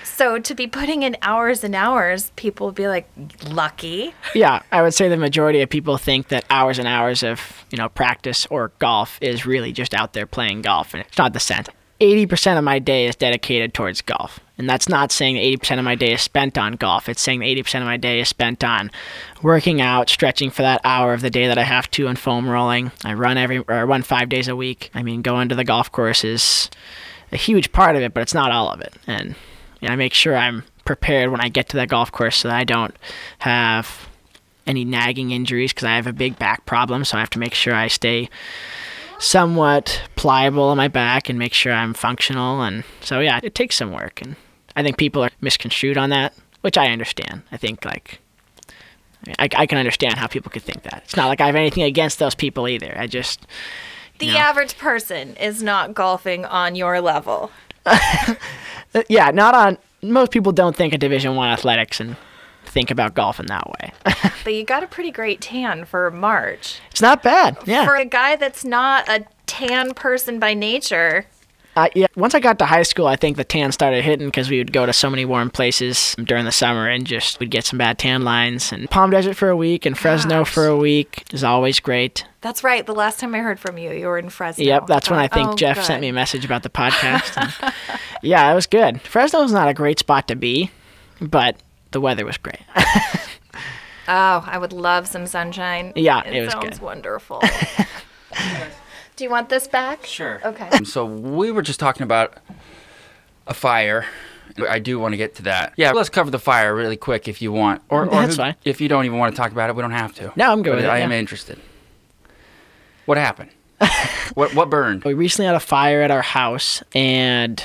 so to be putting in hours and hours, people will be like, lucky.
Yeah, I would say the majority of people think that hours and hours of you know practice or golf is really just out there playing golf, and it's not the sense. Eighty percent of my day is dedicated towards golf, and that's not saying eighty percent of my day is spent on golf. It's saying eighty percent of my day is spent on working out, stretching for that hour of the day that I have to, and foam rolling. I run every or I run five days a week. I mean, going to the golf course is a huge part of it, but it's not all of it. And you know, I make sure I'm prepared when I get to that golf course so that I don't have any nagging injuries because I have a big back problem. So I have to make sure I stay somewhat pliable on my back and make sure I'm functional. And so, yeah, it takes some work. And I think people are misconstrued on that, which I understand. I think, like, I, I can understand how people could think that. It's not like I have anything against those people either. I just,
The
No.
average person is not golfing on your level.
Uh, yeah, not on. Most people don't think of Division One athletics and think about golf in that way.
But you got a pretty great tan for March.
it's not bad. Yeah.
For a guy that's not a tan person by nature,
Uh, yeah. Once I got to high school, I think the tan started hitting because we would go to so many warm places during the summer and just we'd get some bad tan lines. And Palm Desert for a week and Fresno for a week is always great.
that's right. The last time I heard from you, you were in Fresno.
Yep, that's when I think
Oh,
Jeff
good.
sent me a message about the podcast. And- yeah, it was good. Fresno's not a great spot to be, but the weather was great.
Oh, I would love some sunshine.
Yeah,
it,
it was
sounds
good.
wonderful. Do you want this back?
Sure.
Okay.
So we were just talking about a fire. I do want to get to that. Yeah, let's cover the fire really quick if you want, or, or
That's
who-
fine.
if you don't even want to talk about it, we don't have to.
No, I'm good
But
with it,
I am
yeah.
interested. What happened? What what burned?
we recently had a fire at our house and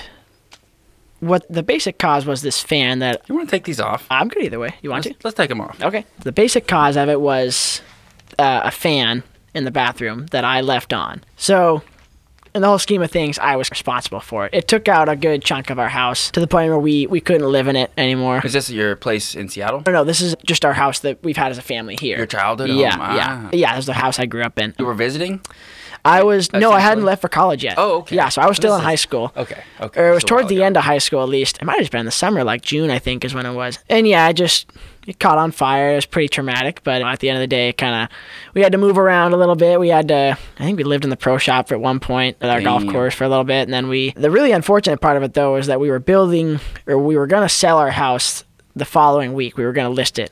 what the basic cause was this fan that
You want to take these off?
I'm good either way. You want
Let's,
to?
let's take them off.
Okay. The basic cause of it was uh, a fan in the bathroom that I left on. So, in the whole scheme of things, I was responsible for it. It took out a good chunk of our house to the point where we, we couldn't live in it anymore.
Is this your place in Seattle?
No, no, this is just our house that we've had as a family here.
Your childhood
Yeah,
home, ah.
yeah, yeah. This is the house I grew up in.
You were visiting?
I was no, I hadn't
essentially-
left for college yet.
Oh, okay.
Yeah, so I was still
This
in
is-
high school.
Okay, okay.
Or it was
So a
towards
while
the
ago.
end of high school, at least. It might have just been in the summer, like June, I think, is when it was. And yeah, I just it caught on fire. It was pretty traumatic, but at the end of the day, kind of we had to move around a little bit. We had to. I think we lived in the pro shop at one point at our golf
Damn.
course for a little bit, and then we. The really unfortunate part of it though is that we were building, or we were gonna sell our house the following week. We were gonna list it,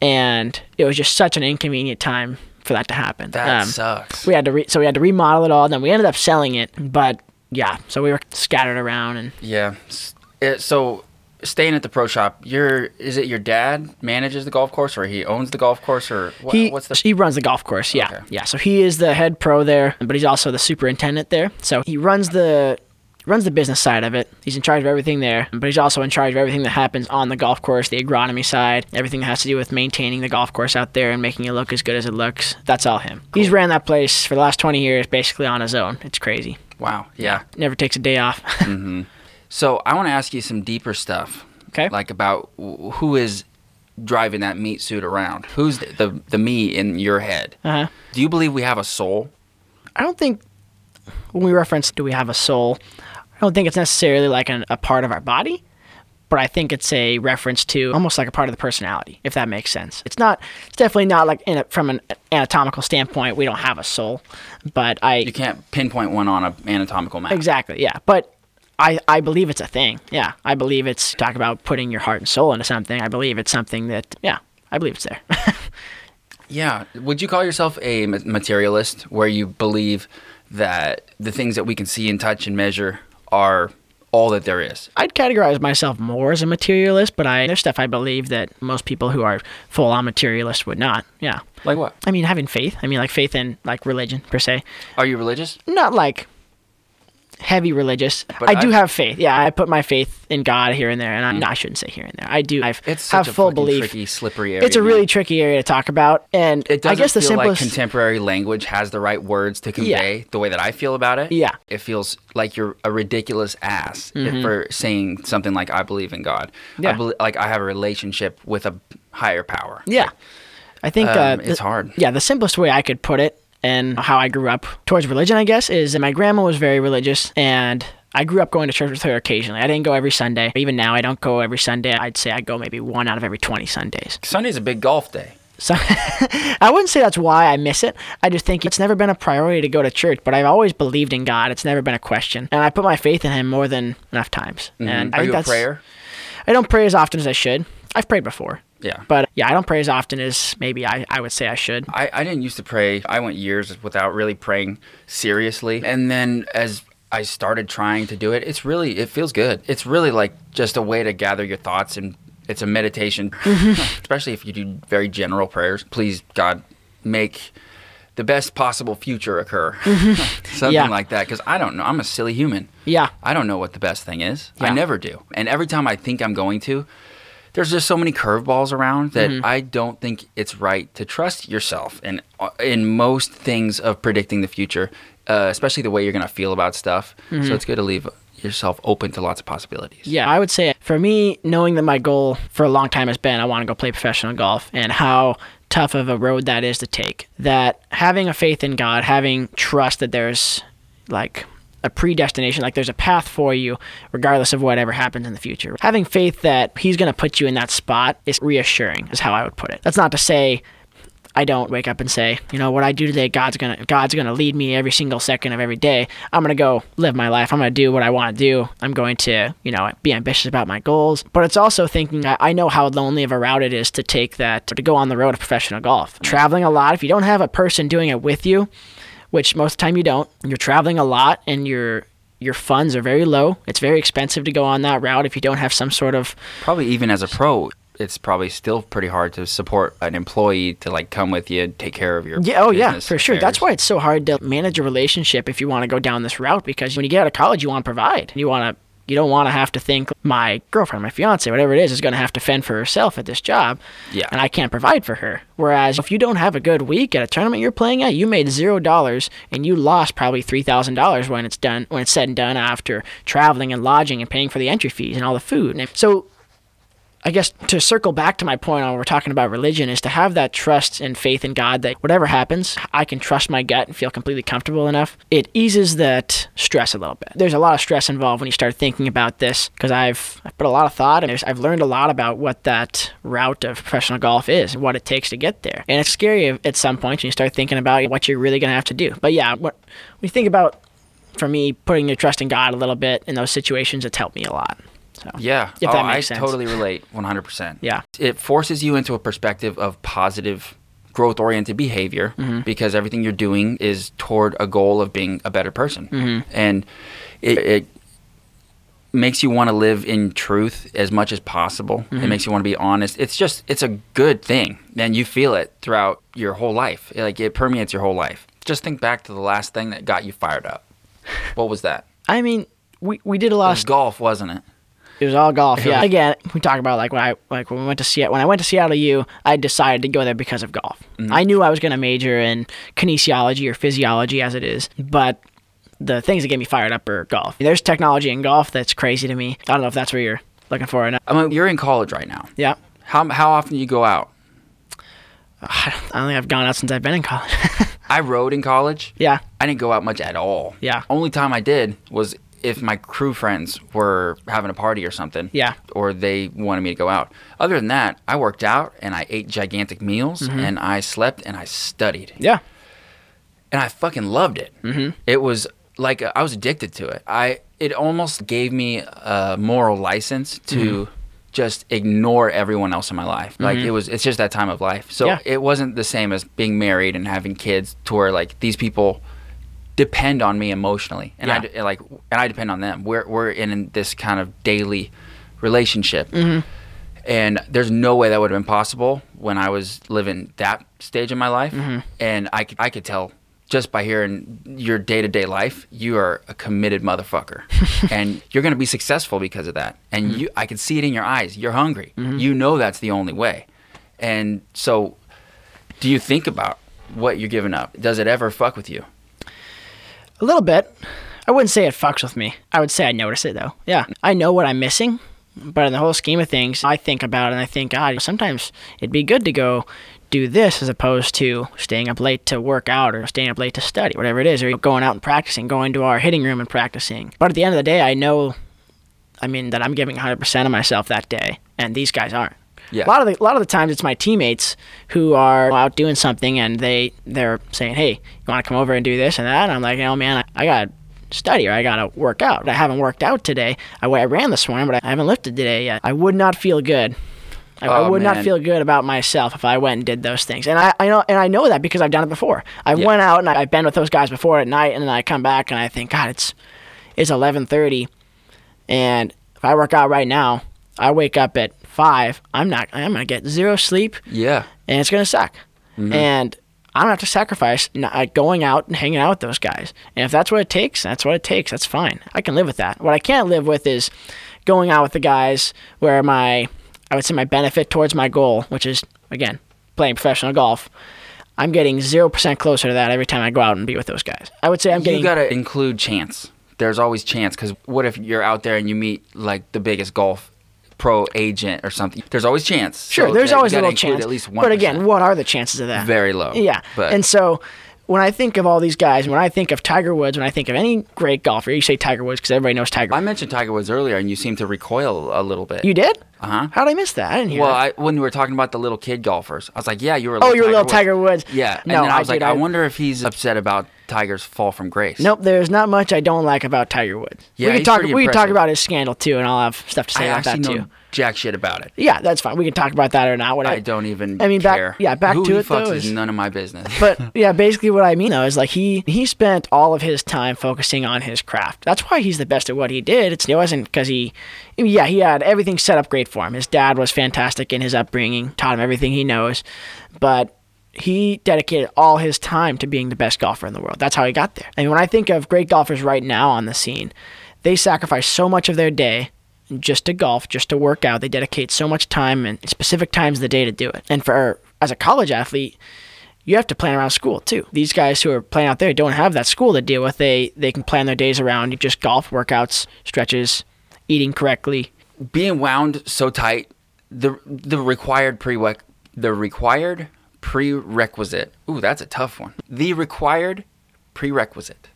and it was just such an inconvenient time for that to happen.
That
Um,
sucks.
we had to re- so we had to remodel it all. Then we ended up selling it, but yeah, so we were scattered around and
Yeah. S- it- so staying at the pro shop, your is it your dad manages the golf course or he owns the golf course or what,
he
what's the
he runs the golf course. Yeah,
Okay.
yeah. So he is the head pro there, but he's also the superintendent there. So he runs the runs the business side of it. He's in charge of everything there, but he's also in charge of everything that happens on the golf course, the agronomy side, everything that has to do with maintaining the golf course out there and making it look as good as it looks. That's all him. He's ran that place for the last 20 years basically on his own. It's crazy.
Wow. Yeah.
Never takes a day off.
Mm. So I want to ask you some deeper stuff.
Okay.
Like about wh- who is driving that meat suit around? Who's the the, the me in your head?
Uh-huh.
Do you believe we have a soul?
I don't think when we reference do we have a soul, I don't think it's necessarily like an, a part of our body, but I think it's a reference to almost like a part of the personality, if that makes sense. It's not, it's definitely not like in a, from an anatomical standpoint, we don't have a soul, but I
You can't pinpoint one on an anatomical map.
exactly yeah, but. I, I believe it's a thing. Yeah. I believe it's talk about putting your heart and soul into something. I believe it's something that, yeah, I believe it's there.
Yeah. Would you call yourself a ma- materialist where you believe that the things that we can see and touch and measure are all that there is?
I'd categorize myself more as a materialist, but I there's stuff I believe that most people who are full on materialists would not. Yeah.
Like what?
I mean, having faith. I mean, like faith in like religion per se.
Are you religious?
Not like heavy religious.
But
I do
I- Mm.
have faith. Yeah, I put my faith in God here and there, and I, no, I shouldn't say here and there. I do. I
It's such
have
a
full
fucking
belief.
tricky, slippery area.
it's a
man.
really tricky area to talk about, and
It
I
doesn't
guess the
feel
simplest.
like contemporary language has the right words to convey the way that I feel about it.
Yeah. Mm-hmm.
It feels like you're a ridiculous ass for saying something like I believe in God. I
Yeah.
believe like I have a relationship with a higher power.
Yeah. I think uh,
Um,
the-
it's hard.
Yeah, the simplest way I could put it and how I grew up towards religion, I guess, is that my grandma was very religious and I grew up going to church with her occasionally. I didn't go every Sunday. Even now, I don't go every Sunday. I'd say I go maybe one out of every 20 Sundays.
Sunday's a big golf day.
So I wouldn't say that's why I miss it. I just think it's never been a priority to go to church, but I've always believed in God. It's never been a question. And I put my faith in Him more than enough times. And Mm-hmm. I
Mm-hmm. Are
think
you a
that's,
prayer?
I don't pray as often as I should. I've prayed before.
Yeah.
But yeah, I don't pray as often as maybe I, I would say I should.
I, I didn't used to pray. I went years without really praying seriously. And then as I started trying to do it, it's really, it feels good. It's really like just a way to gather your thoughts and it's a meditation,
Mm-hmm.
especially if you do very general prayers. Please, God, make the best possible future occur. Something
Mm-hmm. Yeah.
like that. Because I don't know. I'm a silly human.
Yeah.
I don't know what the best thing is. I
Yeah.
never do. And every time I think I'm going to, there's just so many curveballs around that
Mm-hmm.
I don't think it's right to trust yourself in uh, in most things of predicting the future, uh, especially the way you're going to feel about stuff. So it's good to leave yourself open to lots of possibilities.
Mm-hmm. Yeah, I would say for me, knowing that my goal for a long time has been I want to go play professional golf and how tough of a road that is to take, that having a faith in God, having trust that there's like a predestination, like there's a path for you, regardless of whatever happens in the future. Having faith that He's going to put you in that spot is reassuring, is how I would put it. That's not to say I don't wake up and say, you know, what I do today, God's gonna God's gonna lead me every single second of every day. I'm gonna go live my life. I'm gonna do what I want to do. I'm going to, you know, be ambitious about my goals. But it's also thinking I, I know how lonely of a route it is to take that to go on the road of professional golf. Traveling a lot. If you don't have a person doing it with you, which most of the time you don't, you're traveling a lot and your your funds are very low. It's very expensive to go on that route if you don't have some sort of
Probably even as a pro, it's probably still pretty hard to support an employee to like come with you, take care of your
Yeah, oh yeah,
business
for sure. That's
affairs.
why it's so hard to manage a relationship if you want to go down this route because when you get out of college, you want to provide. You want to you don't want to have to think my girlfriend, my fiance, whatever it is, is going to have to fend for herself at this job.
Yeah.
And I can't provide for her. Whereas if you don't have a good week at a tournament you're playing at, you made zero dollars and you lost probably three thousand dollars when it's done when it's said and done after traveling and lodging and paying for the entry fees and all the food. And if, so I guess to circle back to my point on we're talking about religion is to have that trust and faith in God that whatever happens, I can trust my gut and feel completely comfortable enough. It eases that stress a little bit. There's a lot of stress involved when you start thinking about this because I've, I've put a lot of thought and there's- I've learned a lot about what that route of professional golf is and what it takes to get there. And it's scary if- at some point when you start thinking about what you're really going to have to do. But yeah, what, when you think about, for me, putting your trust in God a little bit in those situations, it's helped me a lot. So
Yeah.
if
oh,
that makes
I
sense.
totally relate 100%.
Yeah.
It forces you into a perspective of positive growth oriented behavior
Mm-hmm.
because everything you're doing is toward a goal of being a better person.
Mm-hmm.
And it, it makes you want to live in truth as much as possible.
Mm-hmm.
It makes you want to be honest. It's just it's a good thing. And you feel it throughout your whole life. Like it permeates your whole life. Just think back to the last thing that got you fired up. What was that?
I mean, we, we did a lot
It
of
was golf, wasn't it?
It was all golf.
Yeah.
Yeah. Again, we talk about like when I like when we went to Seattle. When I went to Seattle U, I decided to go there because of golf. I knew I was going to major in kinesiology or physiology, as it is, but the things that get me fired up are golf. There's technology in golf that's crazy to me. I don't know if that's what you're looking for or not.
I mean, you're in college right now.
Yeah.
How how often do you go out?
I don't think I've gone out since I've been in college.
I rode in college.
yeah.
I didn't go out much at all.
Yeah.
Only time I did was if my crew friends were having a party or something.
Yeah.
Or they wanted me to go out. Other than that, I worked out and I ate gigantic meals
Mm-hmm.
and I slept and I studied.
Yeah.
and I fucking loved it. Mm-hmm. It was like I was addicted to it. I it almost gave me a moral license to
Mm-hmm.
just ignore everyone else in my life. Like it was, it's just that time of life. So
Yeah.
it wasn't the same as being married and having kids, to where like these people depend on me emotionally, and I
Yeah.
de- and, like and I depend on them. We're we're in this kind of daily relationship. And there's no way that would have been possible when I was living that stage in my life. And I could, I could tell just by hearing your day to day life, you are a committed motherfucker. and you're going to be successful because of that. And you, I could see it in your eyes. You're hungry. You know that's the only way. And so, do you think about what you're giving up? Does it ever fuck with you?
A little bit. I wouldn't say it fucks with me. I would say I notice it though. Yeah. I know what I'm missing, but in the whole scheme of things, I think about it and I think, God, sometimes it'd be good to go do this as opposed to staying up late to work out or staying up late to study, whatever it is, or going out and practicing, going to our hitting room and practicing. But at the end of the day, I know, I mean, that I'm giving 100% of myself that day, and these guys aren't.
Yeah.
A lot of the a lot of the times it's my teammates who are out doing something and they they're saying, "Hey, you want to come over and do this and that?" And I'm like, "Oh man, I, I got to study or I got to work out. I haven't worked out today. I, I ran this morning, but I haven't lifted today yet. I would not feel good. I, I
Oh,
would
man.
not feel good about myself if I went and did those things. And I, I know and I know that because I've done it before. I
Yeah.
went out and I, I've been with those guys before at night, and then I come back and I think, God, it's it's 11:30 and if I work out right now, I wake up at 5, I'm not I'm going to get zero sleep
Yeah.
and it's going to suck. And I don't have to sacrifice n- uh, going out and hanging out with those guys. And if that's what it takes, that's what it takes. That's fine. I can live with that. What I can't live with is going out with the guys where my I would say my benefit towards my goal, which is again, playing professional golf. I'm getting 0% closer to that every time I go out and be with those guys. I would say I'm getting
you gotta include chance. There's always chance because what if you're out there and you meet like the biggest golf pro agent or something? There's always chance.
Sure,
So
there's
that- you
always a
gotta
little
include
chance.
At least one.
but again, what are the chances of that?
very low.
Yeah.
but
And so when I think of all these guys, when I think of Tiger Woods, when I think of any great golfer, you say Tiger Woods because everybody knows Tiger.
I mentioned Tiger Woods earlier, and you seemed to recoil a little bit.
you did?
Uh-huh.
How did I miss that? I didn't hear.
Well,
that.
I, when we were talking about the little kid golfers, I was like, "Yeah, you were." A
oh, you're a little
Tiger
Tiger Woods.
Yeah.
No,
and then I was like,
did.
"I wonder if he's upset about Tiger's fall from grace."
Nope, there's not much I don't like about Tiger Woods.
Yeah,
we can
he's
talk.
pretty
We can talk
impressive.
about his scandal too, and I'll have stuff to say
I
about
actually
that
know
too.
jack shit about it.
Yeah, that's fine. We can talk about that or not. What
I don't even.
I mean, back-
care.
yeah, back
Who
to
he
it,
fucks
though,
is,
is-
none of my business.
but yeah, basically what I mean though is like he he spent all of his time focusing on his craft. That's why he's the best at what he did. It's, it wasn't because he, I mean, yeah, he had everything set up great for him. His dad was fantastic in his upbringing, taught him everything he knows, but he dedicated all his time to being the best golfer in the world. That's how he got there. I mean, when I think of great golfers right now on the scene, they sacrifice so much of their day just to golf, just to work out. They dedicate so much time and specific times of the day to do it. And for as a college athlete, you have to plan around school too. These guys who are playing out there don't have that school to deal with. They they can plan their days around just golf workouts, stretches, eating correctly.
being wound so tight, the the required pre the required prerequisite. Ooh, that's a tough one. The required prerequisite.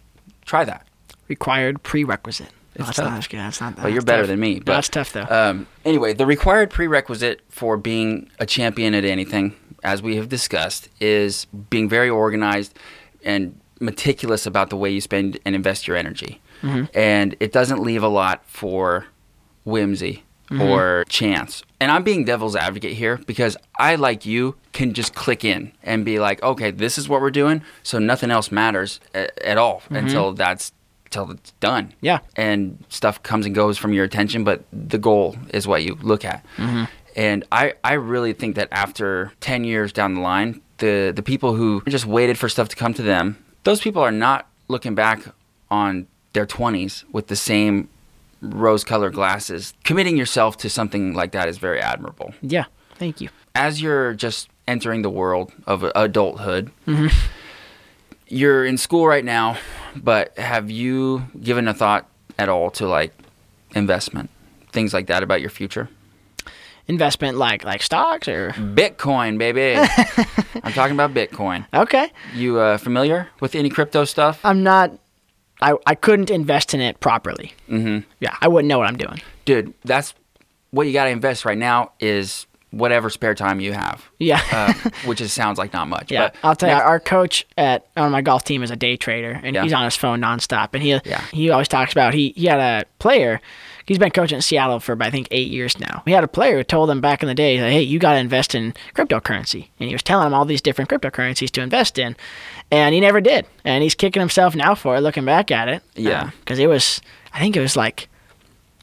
Try that.
Required prerequisite. Oh, that's,
tough.
not, that's good. That's not that.
But you're
that's
better
tough.
than me.
No,
But
that's tough though.
Um, anyway, the required prerequisite for being a champion at anything, as we have discussed, is being very organized and meticulous about the way you spend and invest your energy.
Mm-hmm.
And it doesn't leave a lot for whimsy or chance. And I'm being devil's advocate here because I, like you, can just click in and be like, okay, this is what we're doing. So nothing else matters at, at all until that's till it's done
Yeah.
and stuff comes and goes from your attention, but the goal is what you look at. And I, I really think that after 10 years down the line, the, the people who just waited for stuff to come to them, those people are not looking back on their 20s with the same rose colored glasses. Committing yourself to something like that is very admirable
yeah. Thank you.
as you're just entering the world of adulthood,
Mm-hmm.
you're in school right now, but have you given a thought at all to like investment, things like that about your future?
Investment like like stocks or
Mm-hmm. Bitcoin, baby. I'm talking about Bitcoin.
okay.
You uh, familiar with any crypto stuff?
I'm not. I I couldn't invest in it properly. Mm-hmm. Yeah, I wouldn't know what I'm doing.
Dude, that's what you got to invest right now is whatever spare time you have.
Yeah.
Uh, which is, sounds like not much.
Yeah,
but
I'll tell you,
next-
our coach at on my golf team is a day trader, and
Yeah.
he's on his phone nonstop. And he
Yeah.
he always talks about he he had a player. He's been coaching in Seattle for about, I think eight years now. He had a player who told him back in the day, like, "Hey, you got to invest in cryptocurrency," and he was telling him all these different cryptocurrencies to invest in, and he never did. And he's kicking himself now for it, looking back at it.
Yeah.
because it was, I think it was like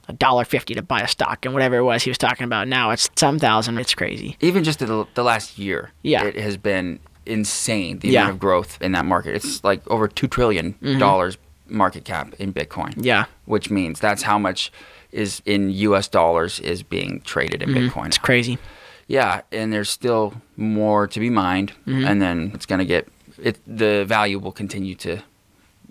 a dollar fifty to buy a stock, and whatever it was he was talking about now, it's some thousand. It's crazy.
even just the, the last year,
Yeah.
it has been insane the
Yeah. Mm-hmm.
amount of growth in that market. It's like over two trillion dollars market cap in Bitcoin.
Yeah.
which means that's how much is in U.S. dollars is being traded in Bitcoin.
Mm-hmm. It's crazy.
Yeah, and there's still more to be mined,
Mm-hmm.
and then it's gonna get it. The value will continue to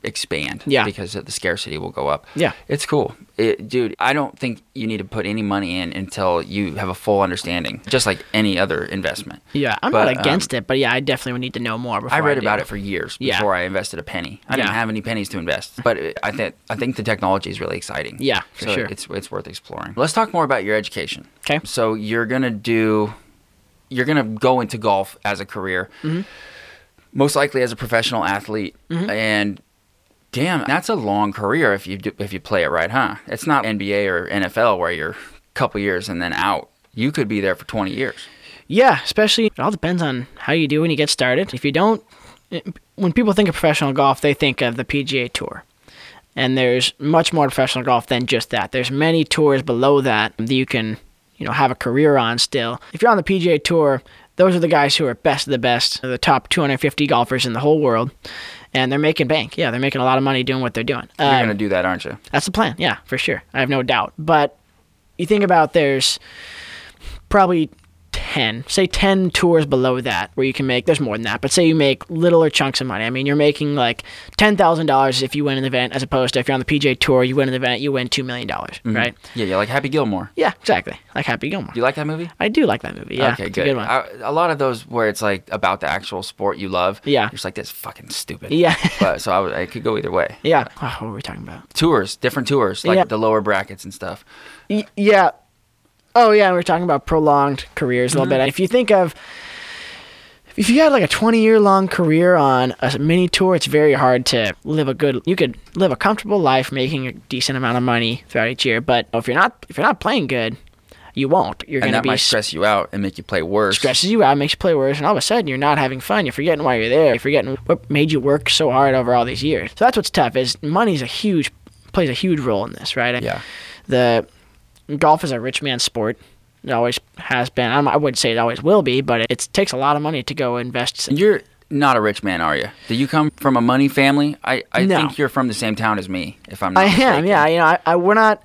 expand.
Yeah.
because the scarcity will go up.
Yeah.
it's cool, it, dude. I don't think you need to put any money in until you have a full understanding, just like any other investment.
Yeah, I'm
But, um,
not against it, but yeah, I definitely would need to know more before.
I read
do.
about it for years
Yeah.
before I invested a penny. I didn't
Yeah.
have any pennies to invest, but it, I think I think the technology is really exciting.
Yeah, for
so
sure.
It's it's worth exploring. Let's talk more about your education.
'Kay.
So you're gonna do, you're gonna go into golf as a career,
Mm-hmm.
most likely as a professional athlete, and damn, that's a long career if you do, if you play it right, huh? It's not NBA or NFL where you're a couple years and then out. You could be there for 20 years.
Yeah, especially it all depends on how you do when you get started. If you don't, when people think of professional golf, they think of the PGA Tour. And there's much more to professional golf than just that. There's many tours below that that you can, you know, have a career on still. If you're on the PGA Tour, those are the guys who are best of the best, the top 250 golfers in the whole world, and they're making bank. Yeah, they're making a lot of money doing what they're doing.
You're
Um,
gonna do that, aren't you?
That's the plan, yeah, for sure. I have no doubt. But you think about there's probably 10, say 10 tours below that where you can make, there's more than that, but say you make littler chunks of money. I mean, you're making like $10,000 if you win an event, as opposed to if you're on the PJ Tour, you win an event, you win $2 million, right?
Yeah, you're like Happy Gilmore.
Yeah, exactly. Like Happy Gilmore.
Do Mm-hmm. you like that movie?
I do like that movie. Yeah,
okay,
it's
good.
a good one.
I, a lot of those where it's like about the actual sport you love.
Yeah.
You're just like, that's fucking stupid.
Yeah.
but, so I, w- I could go either way.
yeah. Oh, what were we talking about?
Tours, different tours, like
Yeah.
the lower brackets and stuff.
Y- yeah. Oh yeah, we were talking about prolonged careers a little
Mm-hmm.
bit. If you think of if you had like a 20 year long career on a mini tour, it's very hard to live a good you could live a comfortable life making a decent amount of money throughout each year, but if you're not if you're not playing good, you won't. You're
and
going to
that
be
might stress you out and make you play worse.
stresses you out, makes you play worse, and all of a sudden you're not having fun. You're forgetting why you're there. You're forgetting what made you work so hard over all these years. So that's what's tough is money's a huge plays a huge role in this, right?
Yeah.
The golf is a rich man's sport. It always has been. I'm, I wouldn't say it always will be, but it, it takes a lot of money to go invest.
And you're not a rich man, are you? Do you come from a money family? I, I
No.
think you're from the same town as me, if I'm not
I am,
mistaken.
yeah. You know, I, I we're not.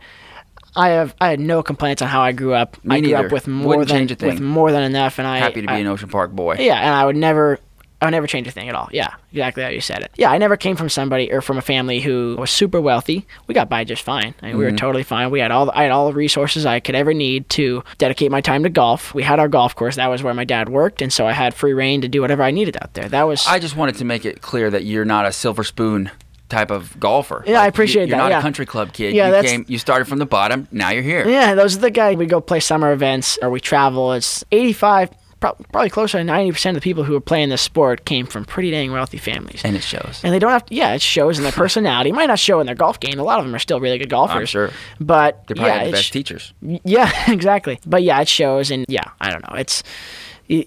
I have I had no complaints on how I grew up.
Me
I grew
neither.
up with more
Wouldn't
than
change a thing.
with more than enough, and I
Happy to be
I-
an Ocean Park boy.
Yeah, and I would never, I would never change a thing at all. Yeah, exactly how you said it. Yeah, I never came from somebody or from a family who was super wealthy. We got by just fine. I mean, we
Mm-hmm.
were totally fine. We had all, the, I had all the resources I could ever need to dedicate my time to golf. We had our golf course. That was where my dad worked, and so I had free reign to do whatever I needed out there. That was.
I just wanted to make it clear that you're not a silver spoon type of golfer.
Yeah, I appreciate
you, you're
that,
not
yeah.
a country club kid.
Yeah,
you
that's-
came you started from the bottom, now you're here.
yeah, those are the guys we go play summer events or we travel. It's 85, pro- probably closer to 90% of the people who are playing this sport came from pretty dang wealthy families.
And it shows.
and they don't have to. Yeah, it shows in their personality. It might not show in their golf game. A lot of them are still really good golfers.
sure.
but
They're probably
yeah,
the
it
best
sh-
teachers.
yeah, exactly. But yeah, it shows, and yeah, I don't know. It's,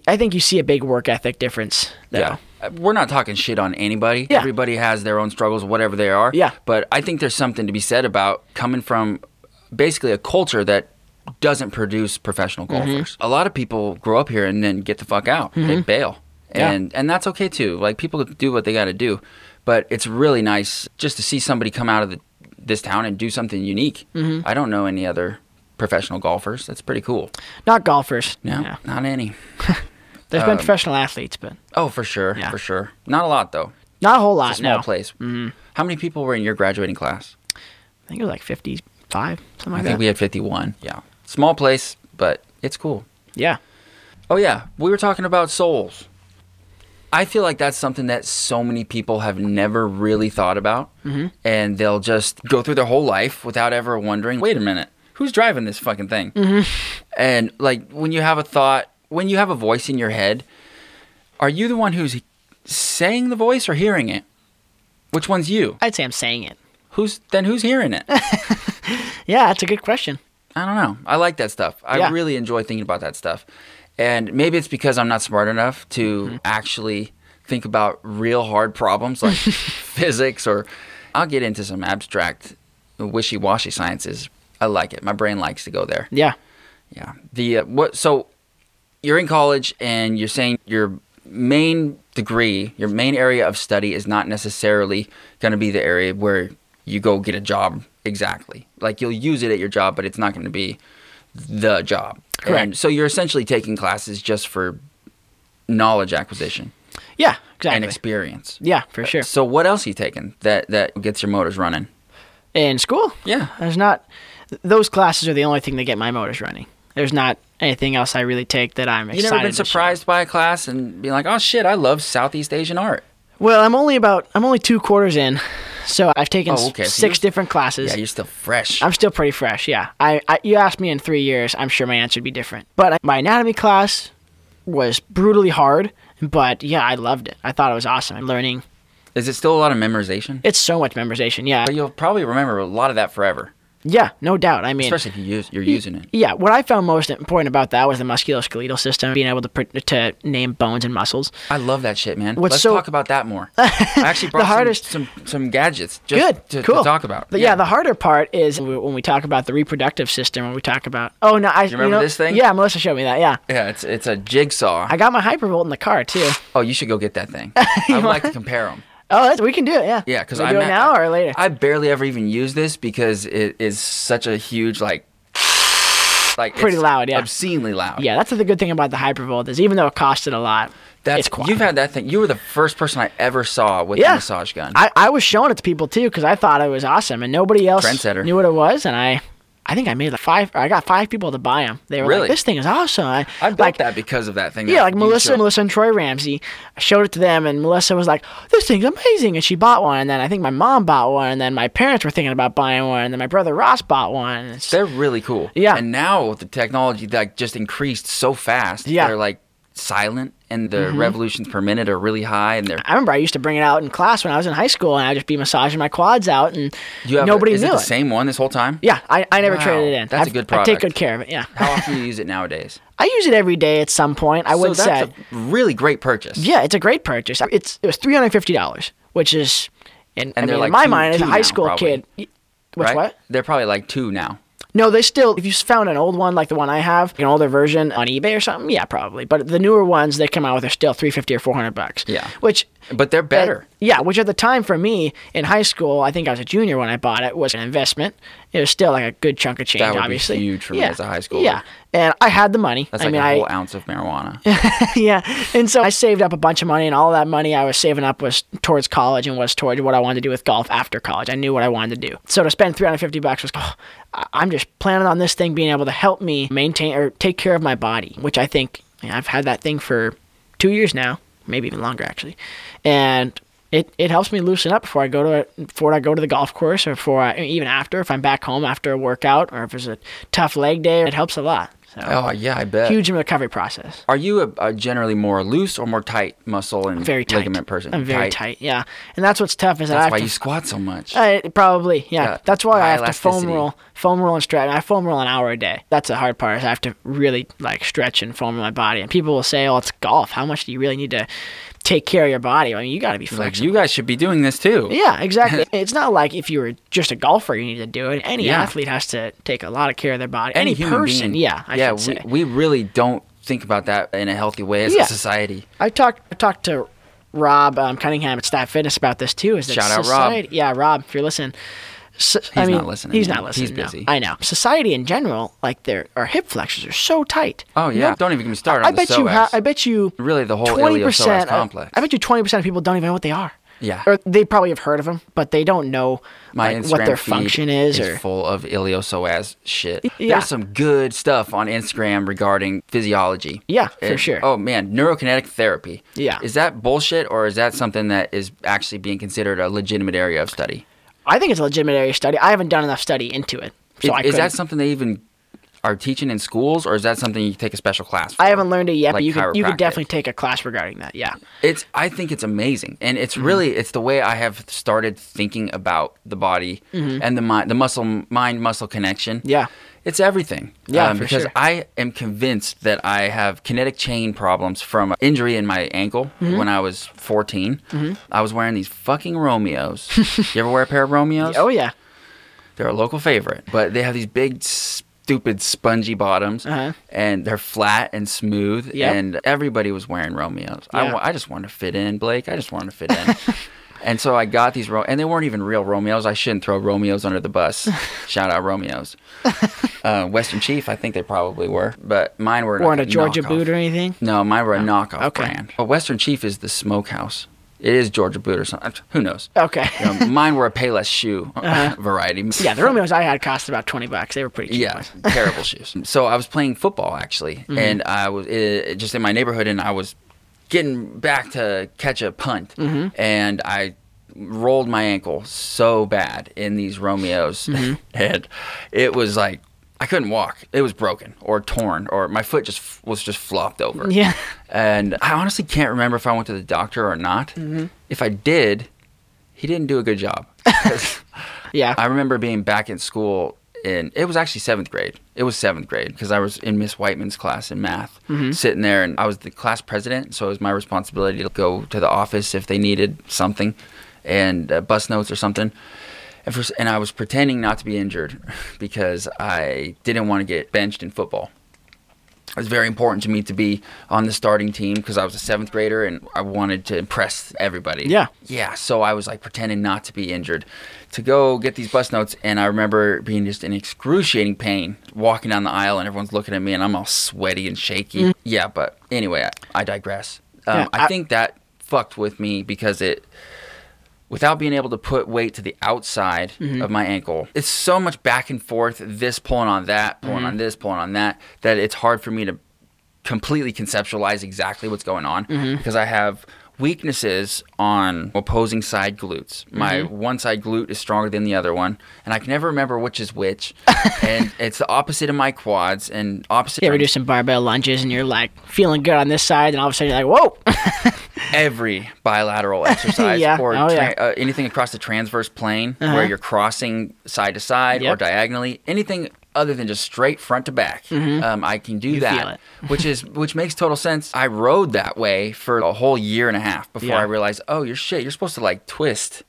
I think you see a big work ethic difference. Though.
Yeah. Uh, We're not talking shit on anybody.
Yeah.
Everybody has their own struggles, whatever they are.
Yeah.
But I think there's something to be said about coming from basically a culture that doesn't produce professional
Mm-hmm.
golfers. A lot of people grow up here and then get the fuck out. They bail.
Yeah.
And and that's okay too. Like people do what they got to do. But it's really nice just to see somebody come out of the, this town and do something unique.
Mm-hmm.
I don't know any other professional golfers. That's pretty cool.
not golfers.
No,
Yeah.
not any.
There's
Um,
been professional athletes, but
Oh, for sure,
Yeah.
for sure. Not a lot though.
not a whole lot.
It's a small
Uh, no.
place. How many people were in your graduating class?
I think it was like 55, something
I
like
think
that.
we had 51. Yeah. Small place, but it's cool.
yeah,
Oh, yeah. We were talking about souls. I feel like that's something that so many people have never really thought about. And they'll just go through their whole life without ever wondering wait a minute, who's driving this fucking thing? And like when you have a thought, when you have a voice in your head, are you the one who's saying the voice or hearing it? Which one's you?
I'd say I'm saying it.
Who's then who's hearing it?
Yeah, that's a good question.
I don't know. I like that stuff. I
Yeah.
really enjoy thinking about that stuff. And maybe it's because I'm not smart enough to actually think about real hard problems like physics or I'll get into some abstract wishy-washy sciences. I like it. My brain likes to go there.
Yeah,
Yeah. The uh, what so you're in college and you're saying your main degree, your main area of study is not necessarily going to be the area where you go get a job exactly. Like you'll use it at your job, but it's not going to be the job.
Correct.
And so you're essentially taking classes just for knowledge acquisition
yeah,
and
exactly.
experience.
yeah, for sure.
So what else are you taking that that gets your motors running?
In school,
Yeah.
There's not th- those classes are the only thing that get my motors running. There's not anything else I really take that I'm
You
excited.
never been
to share.
surprised by a class and being like, "Oh shit, I love Southeast Asian art."
Well, I'm only about I'm only two quarters in, so I've taken
Oh,
s-
okay. So
six
you're-
different classes.
Yeah, you're still fresh.
I'm still pretty fresh. Yeah, I, I you asked me in three years, I'm sure my answer would be different. But I- my anatomy class was brutally hard, but yeah, I loved it. I thought it was awesome. I'm learning.
Is it still a lot of memorization?
It's so much memorization. Yeah,
But you'll probably remember a lot of that forever,
yeah, no doubt. I mean,
especially if you use, you're using it.
Yeah, what I found most important about that was the musculoskeletal system, being able to pr- to name bones and muscles.
I love that shit, man.
What's
Let's
so-
talk about that more. I actually brought
hardest-
some, some some gadgets just
Good,
to, to
cool.
talk about.
But yeah. the harder part is w- when we talk about the reproductive system. When we talk about, oh no, I you
remember
know-
this thing?
Yeah, Melissa showed me that. Yeah,
yeah, it's it's a jigsaw.
I got my hypervolt in the car too.
oh, you should go get that thing. I would like to compare them.
Oh, that's, we can do it. Yeah.
Yeah, because
we
I
do it now or later.
I barely ever even use this because it is such a huge like like
Pretty
it's
loud, yeah.
obscenely loud.
yeah, that's the good thing about the hypervolt is even though it costed a lot,
that's
it's quiet.
you've had that thing. You were the first person I ever saw with
Yeah.
a massage gun.
I, I was showing it to people too because I thought it was awesome and nobody else
Trendsetter.
knew what it was and I. I think I made like five. Or I got five people to buy them. They were
Really?
like, "This thing is awesome." I,
I built
like,
that because of that thing.
Yeah,
that
like
you
Melissa,
showed.
Melissa and Troy Ramsey. I showed it to them, and Melissa was like, "This thing's amazing," and she bought one. And then I think my mom bought one, and then my parents were thinking about buying one, and then my brother Ross bought one. and it's-
They're really cool.
Yeah.
And now with the technology like just increased so fast,
Yeah. Mm-hmm.
they're like silent and the revolutions per minute are really high, and they're
I remember I used to bring it out in class when I was in high school, and I'd just be massaging my quads out, and
you have
nobody
a, is
knew
it
it.
the same one this whole time?
Yeah, I, I never
Wow,
traded it in.
that's a
I've-
good
I take
product.
good care of it. Yeah,
How often do you use it nowadays?
I use it every day at some point. I would
so
say.
that's a really great purchase.
Yeah, it's a great purchase. It's it was three hundred fifty dollars, which is, in, I
they're
mean,
like
in my
two-
mind, as a
two
high
now,
school
probably.
kid, y- which
right?
what?
They're probably like two now.
No, they still. If you found an old one like the one I have, an older version on eBay or something, yeah, probably. But the newer ones they come out with are still three fifty or four hundred bucks.
Yeah.
which
But they're better.
That- yeah, which at the time for me in high school, I think I was a junior when I bought it, was an investment. It was still like a good chunk of change,
would be
obviously.
huge for me as a high schooler.
Yeah, and I had the money.
That's
I
like
mean,
a whole
I
ounce of marijuana.
yeah, and so I saved up a bunch of money, and all that money I was saving up was towards college and was towards what I wanted to do with golf after college. I knew what I wanted to do, so to spend three hundred fifty bucks was. Oh, I- I'm just planning on this thing being able to help me maintain or take care of my body, which I think you know, I've had that thing for two years now, maybe even longer actually, and it, it helps me loosen up before I go to it- before I go to the golf course or before I, even after if I'm back home after a workout or if it's a tough leg day, it helps a lot. So
oh yeah, I bet.
huge in the recovery process.
Are you a, a generally more loose or more tight muscle and
very tight
ligament person?
I'm very tight. yeah, and that's what's tough is that I
That's
have
why
to,
you squat so much.
I- probably yeah.
Yeah,
That's why I
high
have to
elasticity.
foam roll, foam roll and stretch. I foam roll an hour a day. That's the hard part. Is I have to really like stretch and foam roll my body. And people will say, "Oh, it's golf. How much do you really need to take care of your body? I mean, you got to be flexible."
like you guys should be doing this too.
Yeah, exactly. it's not like if you were just a golfer, you need to do it. Any
Yeah.
athlete has to take a lot of care of their body.
Any, human
person,
being.
yeah, I
yeah.
should say.
We, we really don't think about that in a healthy way as
Yeah.
a society.
I talked I talked to Rob um, Cunningham at Stat Fitness about this too. Is that
Shout out, Rob.
society? Yeah, Rob, if you're listening. So, I
He's
mean,
not listening.
He's not
He's
listening. no.
busy.
I know. Society in general, like their our hip flexors are so tight.
Oh yeah. don't even get me started
I
on the
bet you. Ha-
psoas.
I bet you.
Really, the whole
twenty percent. uh,
iliosoas complex.
I bet you twenty percent of people don't even know what they are.
Yeah.
Or they probably have heard of them, but they don't know
my
like,
Instagram
what their
feed
function is, or
full of iliosoas shit.
Yeah.
There's some good stuff on Instagram regarding physiology.
Yeah, for
And-
sure.
Oh man, neurokinetic therapy.
Yeah.
Is that bullshit or is that something that is actually being considered a legitimate area of study?
I think it's a legitimate area of study. I haven't done enough study into it, so
is,
I
is that
couldn't-
something they even are teaching in schools or is that something you take a special class for?
I haven't learned it yet, but
Like
you could you
chiropractic.
could definitely take a class regarding that. Yeah.
It's I think it's amazing, and it's
Mm-hmm.
really it's the way I have started thinking about the body and the mind, the muscle mind muscle connection.
Mm-hmm. Yeah.
it's everything. Um,
Yeah, for
because
sure.
I am convinced that I have kinetic chain problems from an injury in my ankle
Mm-hmm.
when I was 14. I was wearing these fucking Romeos. you ever wear a pair of Romeos?
Oh yeah.
They're a local favorite, but they have these big, stupid, spongy bottoms,
Uh-huh.
and they're flat and smooth.
Yep.
And everybody was wearing Romeos. I,
Yeah.
wa- I just wanted to fit in, Blake. I just wanted to fit in. and so I got these, Ro- and they weren't even real Romeos. I shouldn't throw Romeos under the bus. Shout out Romeos. uh, Western Chief, I think they probably were, but mine were
Or in
like
a Georgia
knockoff.
boot or anything. Oh,
No, mine were a knockoff
okay.
brand. But Western Chief is the smokehouse. It is Georgia boot or something. Who knows?
Okay.
You know, mine were a Payless shoe variety.
Uh-huh. Yeah, the Romeos I had cost about twenty bucks. They were pretty cheap.
Yeah,
ones.
terrible shoes. So I was playing football actually, and I was uh, just in my neighborhood, and I was getting back to catch a punt, and I rolled my ankle so bad in these Romeos, and it was like I couldn't walk. It was broken or torn, or my foot just f- was just flopped over.
Yeah.
and I honestly can't remember if I went to the doctor or not. If I did, he didn't do a good job. 'Cause-
Yeah.
I remember being back in school, and it was actually seventh grade. It was seventh grade because I was in Miss Whiteman's class in math,
Mm-hmm.
sitting there, and I was the class president, so it was my responsibility to go to the office if they needed something, and uh, bus notes or something. And, for, s- and I was pretending not to be injured because I didn't want to get benched in football. It was very important to me to be on the starting team because I was a seventh grader and I wanted to impress everybody.
Yeah.
Yeah. So I was like pretending not to be injured to go get these bus notes. And I remember being just in excruciating pain walking down the aisle and everyone's looking at me and I'm all sweaty and shaky. Yeah. But anyway, I, I digress. Um,
Yeah,
I,
I-
think that fucked with me because it. Without being able to put weight to the outside of my ankle, it's so much back and forth, this pulling on that, pulling on this, pulling on that, that it's hard for me to completely conceptualize exactly what's going on because I have weaknesses on opposing side glutes. My one side glute is stronger than the other one, and I can never remember which is which. and it's the opposite of my quads and opposite.
You ever do some barbell lunges and you're like feeling good on this side, and all of a sudden you're like, whoa.
every bilateral exercise
Yeah.
or
Oh, yeah. Uh-huh.
uh, anything across the transverse plane where you're crossing side to side or
Yep.
diagonally, anything other than just straight front to back, um, I can do
Mm-hmm. feel
that,
it.
which is which makes total sense. I rode that way for a whole year and a half before
Yeah.
I realized, oh, you're shit, you're supposed to like twist.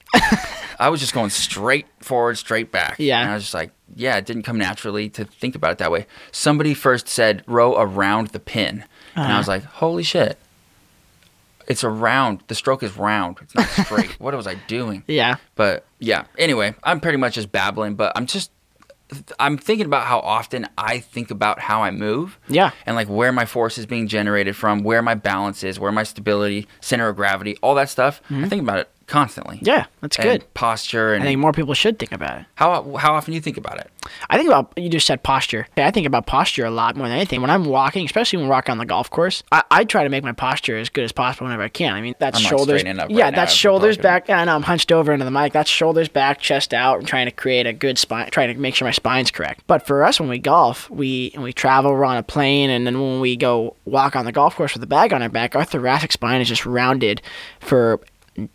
I was just going straight forward, straight back.
Yeah.
And I was just like, yeah, it didn't come naturally to think about it that way. Somebody first said, row around the pin.
Uh-huh.
And I was like, holy shit. It's a round. The stroke is round. It's not straight. what was I doing?
yeah.
But yeah, anyway, I'm pretty much just babbling, but I'm just. I'm thinking about how often I think about how I move.
Yeah.
And like where my force is being generated from, where my balance is, where my stability, center of gravity, all that stuff. I think about it constantly.
Mm-hmm. Yeah. That's
And
good.
Posture and
I think more people should think about it.
how how often do you think about it?
I think about you just said posture. Yeah, I think about posture a lot more than anything. When I'm walking, especially when we're walking on the golf course, I, I try to make my posture as good as possible whenever I can. I mean, that's
I'm, like,
shoulders.
straightening up
yeah,
right now
that's
as we're
shoulders
talking.
back. I know I'm hunched over into the mic. That's shoulders back, chest out. I'm trying to create a good spine, trying to make sure my spine's correct. But for us, when we golf, we and we travel, we're on a plane, and then when we go walk on the golf course with a bag on our back, our thoracic spine is just rounded for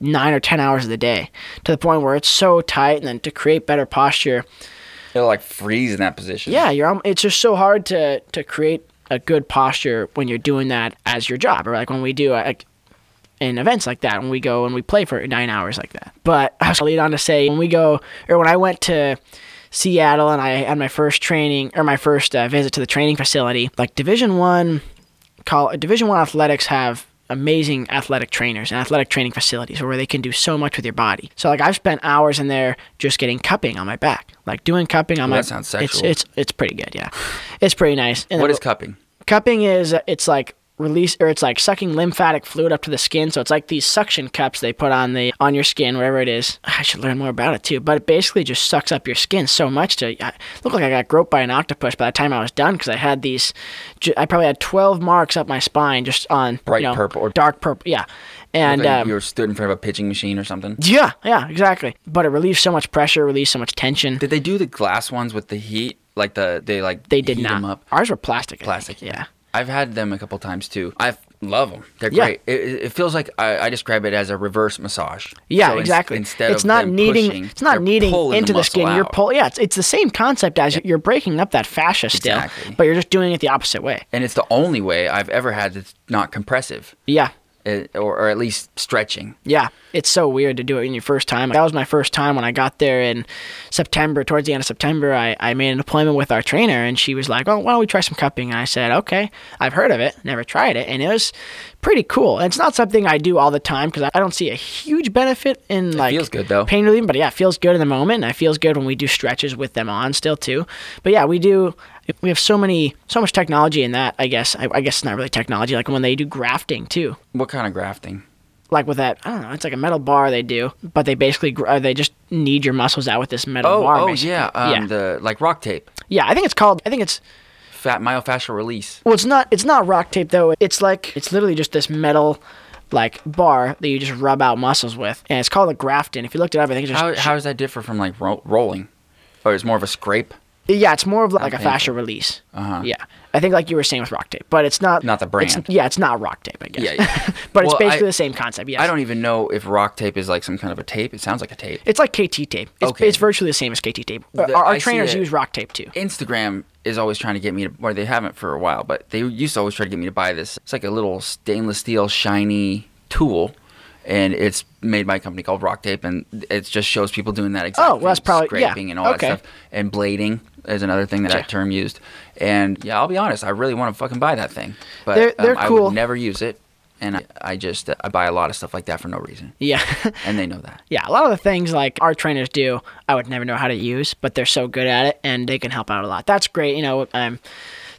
nine or ten hours of the day to the point where it's so tight. And then to create better posture,
It'll like freeze in that position.
yeah, you're. al- It's just so hard to to create a good posture when you're doing that as your job, or like when we do like in events like that, when we go and we play for nine hours like that. But I was gonna lead on to say when we go or when I went to Seattle and I had my first training or my first uh, visit to the training facility, like Division One call division one athletics have amazing athletic trainers and athletic training facilities where they can do so much with your body so like i've spent hours in there just getting cupping on my back like doing cupping on my
that sounds sexual.
it's it's it's pretty good yeah it's pretty nice and
What
then
is cupping?
cupping is uh, it's like release or it's like sucking lymphatic fluid up to the skin so it's like these suction cups they put on the on your skin wherever it is i should learn more about it too but it basically just sucks up your skin so much to I look like i got groped by an octopus by the time i was done because i had these ju- i probably had 12 marks up my spine just on
Bright
you know,
purple or-
dark purple yeah and
Like
um,
you were stood in front of a pitching machine or something.
yeah yeah exactly but it relieves so much pressure relieves so much tension
Did they do the glass ones with the heat? Like the they like
they did
heat
not
them up.
ours were plastic I think.
Plastic.
yeah
I've had them a couple times too. I love them. They're
Yeah.
great. It, it- it feels like I, I describe it as a reverse massage.
Yeah,
So ins-
exactly.
instead
it's
of
not
them
kneading.
pushing,
it's not
they're
kneading
pulling
into the,
muscle
skin. You're
out.
pull. Yeah, it's, it's the same concept as you're breaking up that fascia still,
Exactly.
but you're just doing it the opposite way.
and it's the only way I've ever had that's not compressive,
Yeah,
it, or, or at least stretching.
yeah. It's so weird to do it in your first time. That was my first time when I got there in September. Towards the end of September, I, I made an appointment with our trainer, and she was like, "Oh, why don't we try some cupping?" And I said, "Okay, I've heard of it, never tried it, and it was pretty cool. And it's not something I do all the time because I, I don't see a huge benefit in like
feels good, though.
pain relieving, but yeah, it feels good in the moment. And it feels good when we do stretches with them on still too. But yeah, we do. We have so many, so much technology in that. I guess. I, I guess it's not really technology. Like when they do grafting too.
What kind of grafting?
Like with that, I don't know. It's like a metal bar they do, but they basically gr- uh, they just knead your muscles out with this metal
Oh,
bar.
oh
basically.
yeah, um,
yeah,
the like rock tape,
yeah. I think it's called. I think it's
fat myofascial release.
Well, it's not. It's not rock tape though. It's like it's literally just this metal, like bar that you just rub out muscles with, and it's called a grafton. If you looked it up, I think it's just
How, how does that differ from like ro- rolling, or it's more of a scrape?
yeah. It's more of like a
Okay.
fascia release. Uh-huh. Yeah, I think like you were saying with rock tape, but it's not
Not the
it's-
brand.
yeah, it's not rock tape. I guess.
Yeah, yeah.
but
Well,
it's
I-
basically the same concept. Yes.
I don't even know if rock tape is like some kind of a tape. It sounds like a tape.
It's like KT tape. It's,
Okay.
it's virtually the same as KT tape. Uh,
The-
our our
I see
trainers
it.
use rock tape too.
Instagram is always trying to get me to, or they haven't for a while, but they used to always try to get me to buy this. It's like a little stainless steel shiny tool, and it's made by a company called Rock Tape, and it just shows people doing that exactly.
Oh, well, that's probably- yeah,
scraping and all
okay.
that stuff, and blading is another thing that that term used. And yeah, I'll be honest, I really want to fucking buy that thing, but
They're- they're
um, I
cool.
would never use it, and I, I just I buy a lot of stuff like that for no reason,
Yeah.
and they know that.
Yeah, a lot of the things like our trainers do, I would never know how to use, but they're so good at it and they can help out a lot. That's great. You know, I'm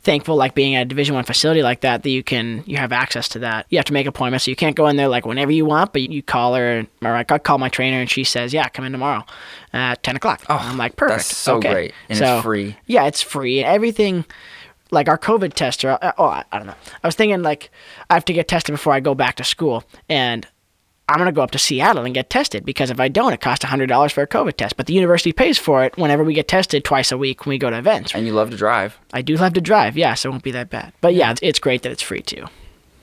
thankful like being at a Division One facility like that that you can you have access to that. You have to make appointments, so you can't go in there like whenever you want, but you call her or I call my trainer and she says, "Yeah, come in tomorrow at ten o'clock." Oh, I'm like, perfect.
that's so
okay."
great. And it's free.
Yeah, it's free. Everything like our COVID tester. uh, Oh, I, I don't know. I was thinking like I have to get tested before I go back to school, and I'm going to go up to Seattle and get tested because if I don't, it costs $100 for a COVID test. But the university pays for it whenever we get tested twice a week when we go to events.
And you love to drive.
I do love to drive, yeah, so it won't be that bad. But yeah, it's, it's great that it's free too.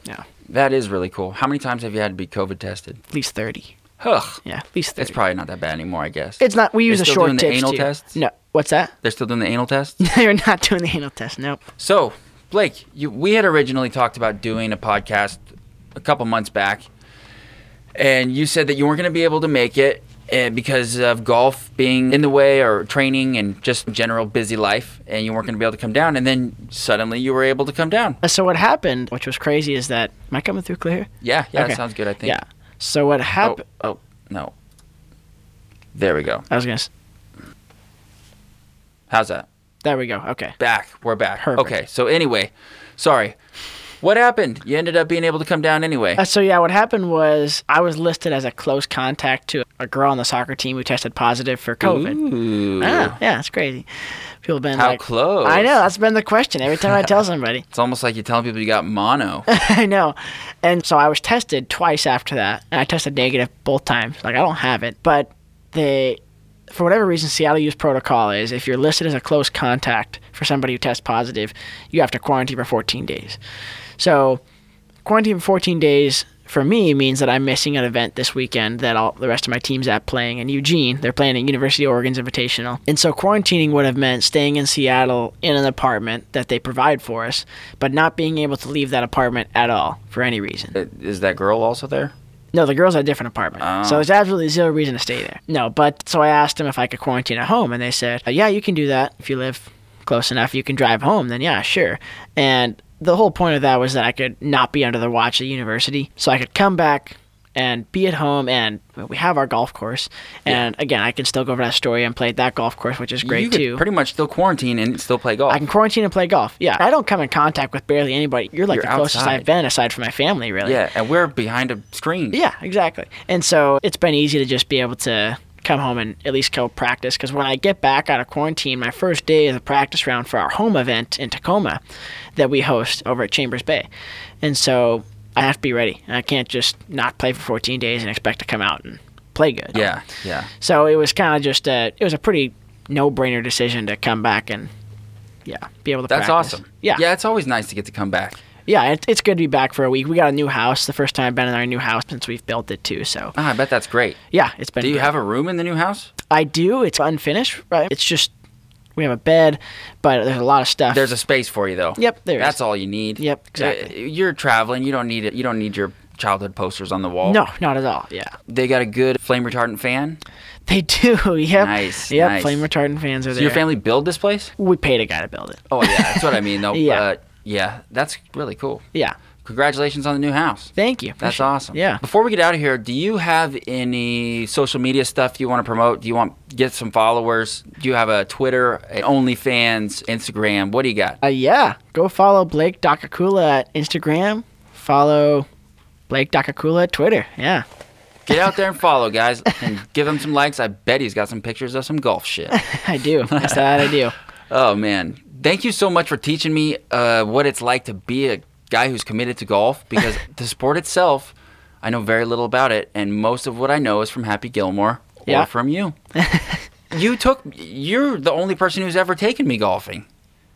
Yeah,
That is really cool. How many times have you had to be COVID tested?
at least 30.
Ugh.
Yeah, at least 30.
It's probably not that bad anymore, I guess.
It's not, we use
They're
a
still
short
doing the
tips
anal
too.
tests?
No, what's that?
They're still doing the anal test?
You're not doing the anal test, nope.
So, Blake, you, we had originally talked about doing a podcast a couple months back, and you said that you weren't going to be able to make it eh, because of golf being in the way or training and just general busy life, and you weren't going to be able to come down. And then suddenly you were able to come down.
Uh, So what happened, which was crazy, is that, am I coming through clear?
Yeah, yeah,
Okay.
that sounds good, I think.
Yeah. So what
Oh,
happened,
oh, no. There we go.
I was going to,
How's that?
there we go, okay.
Back. We're back.
Perfect.
Okay. So, anyway, sorry. What happened? You ended up being able to come down anyway.
Uh, so yeah, what happened was I was listed as a close contact to a girl on the soccer team who tested positive for COVID.
Ooh.
Ah, yeah, it's crazy. People have been
How
like,
close?
I know that's been the question every time I tell somebody.
It's almost like you're telling people you got mono.
I know, and so I was tested twice after that, and I tested negative both times. Like I don't have it, but they, for whatever reason, Seattle use protocol is if you're listed as a close contact for somebody who tests positive, you have to quarantine for 14 days. So quarantine for 14 days for me means that I'm missing an event this weekend that all the rest of my team's at playing in Eugene. They're playing at University of Oregon's Invitational. And so quarantining would have meant staying in Seattle in an apartment that they provide for us, but not being able to leave that apartment at all for any reason.
Uh, Is that girl also there?
No, the girl's at a different apartment. So
Oh.
there's absolutely zero reason to stay there. No, but so I asked them if I could quarantine at home, and they said, uh, yeah, you can do that. If you live close enough, you can drive home, then yeah, sure. And the whole point of that was that I could not be under the watch of the university. So I could come back and be at home, and we have our golf course. And again, I can still go over to Astoria and play at that golf course, which is great
you could
too.
Pretty much still quarantine and still play golf.
I can quarantine and play golf. Yeah. I don't come in contact with barely anybody. You're like
You're
the closest
outside.
I've been aside from my family, really.
yeah, and we're behind a screen.
Yeah, exactly. And so it's been easy to just be able to come home and at least go practice because when I get back out of quarantine, my first day is a practice round for our home event in Tacoma that we host over at Chambers Bay. And so I have to be ready. I can't just not play for 14 days and expect to come out and play good.
Yeah, yeah.
So it was kind of just a it was a pretty no-brainer decision to come back and yeah, be able to
That's
practice.
awesome.
Yeah.
Yeah, it's always nice to get to come back.
Yeah, it, it's good to be back for a week. We got a new house, the first time I've been in our new house since we've built it too. So
Ah, I bet that's great.
yeah, it's been.
Do you
great.
have a room in the new house?
I do. It's unfinished, right? It's just we have a bed, but there's a lot of stuff.
There's a space for you though.
Yep, there is.
That's all you need.
Yep,
Uh,
exactly.
You're traveling, you don't need it. You don't need your childhood posters on the wall.
no, not at all. Yeah,
They got a good flame retardant fan.
they do. Yep.
Nice,
Yep.
nice.
Flame retardant fans are
Does
there.
your family build this place?
We paid a guy to build it.
Oh yeah, that's what I mean though.
Yeah.
Uh, yeah, that's really cool.
Yeah.
Congratulations on the new house.
Thank you.
That's
Appreciate it.
awesome.
Yeah.
Before we get out of here, do you have any social media stuff you want to promote? Do you want get some followers? Do you have a Twitter, a OnlyFans, Instagram? What do you got?
Uh, yeah. Go follow Blake Dakakula at Instagram. Follow Blake Dakakula at Twitter. Yeah.
Get out there and follow, guys, and give him some likes. I bet he's got some pictures of some golf shit.
I do. That's that I do.
Oh man, thank you so much for teaching me uh, what it's like to be a guy who's committed to golf because the sport itself, I know very little about it, and most of what I know is from Happy Gilmore or
Yeah.
from you. you took. You're the only person who's ever taken me golfing.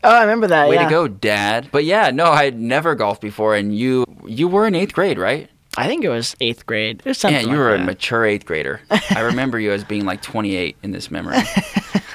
Oh, I remember that.
Way
yeah.
to go, Dad. But yeah, no, I had never golfed before, and you you were in eighth grade, right?
I think it was eighth grade. It was something.
Yeah, you were
like
a
that.
mature eighth grader. I remember you as being like 28 in this memory.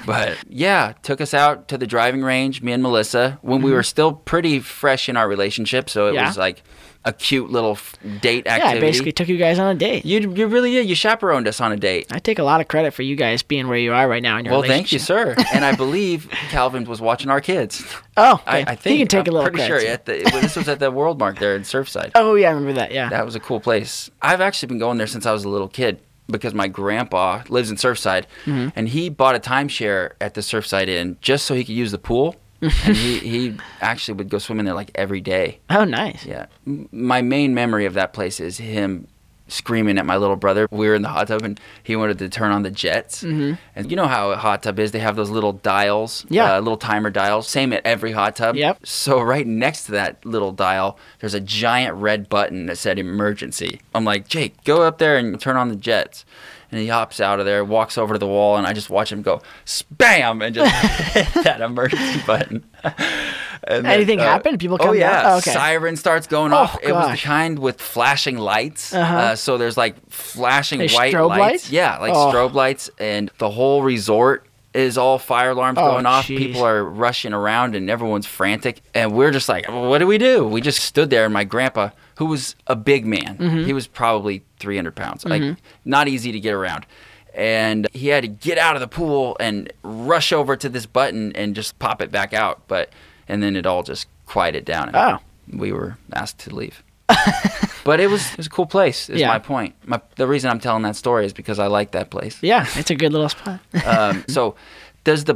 but yeah, took us out to the driving range, me and Melissa, when we were still pretty fresh in our relationship. So it
Mm-hmm. Yeah.
was like a cute little f- date
yeah, I
activity.
basically took you guys on a date.
you, you really, yeah, you chaperoned us on a date.
I take a lot of credit for you guys being where you are right now in your
Well,
relationship.
thank you, sir. And I believe Calvin was watching our kids.
Oh,
I,
okay.
I think
you can take
I'm
a little
pretty
credit.
sure. At the, this was at the World Mark there in Surfside.
Oh yeah, I remember that. Yeah.
That was a cool place. I've actually been going there since I was a little kid because my grandpa lives in Surfside and he bought a timeshare at the Surfside Inn just so he could use the pool. and he, he actually would go swimming there like every day.
oh nice.
Yeah. M- My main memory of that place is him screaming at my little brother. We were in the hot tub and he wanted to turn on the jets. Mm-hmm. And you know how a hot tub is? They have those little dials,
Yeah.
uh, little timer dials. Same at every hot tub.
Yep.
So right next to that little dial, there's a giant red button that said emergency. I'm like, Jake, go up there and turn on the jets. And he hops out of there, walks over to the wall, and I just watch him go, spam, and just hit that emergency button. And
Anything happened? People come
Oh
down?
yeah,
Oh, okay.
siren starts going
Oh,
off. It was the
gosh.
kind with flashing lights.
Uh-huh.
Uh, so there's like flashing
Like
white
strobe
lights.
lights?
Yeah, like
Oh.
strobe lights, and the whole resort is all fire alarms
Oh,
going off.
jeez.
People are rushing around, and everyone's frantic. And we're just like, well, what do we do? We just stood there, and my grandpa, who was a big man,
Mm-hmm.
he was probably 300 pounds, like not easy to get around. And he had to get out of the pool and rush over to this button and just pop it back out. But and then it all just quieted down. and
Oh.
we were asked to leave. but it was it was a cool place. Is
Yeah.
my point. My, the reason I'm telling that story is because I like that place.
Yeah, it's a good little spot.
Um, so, does the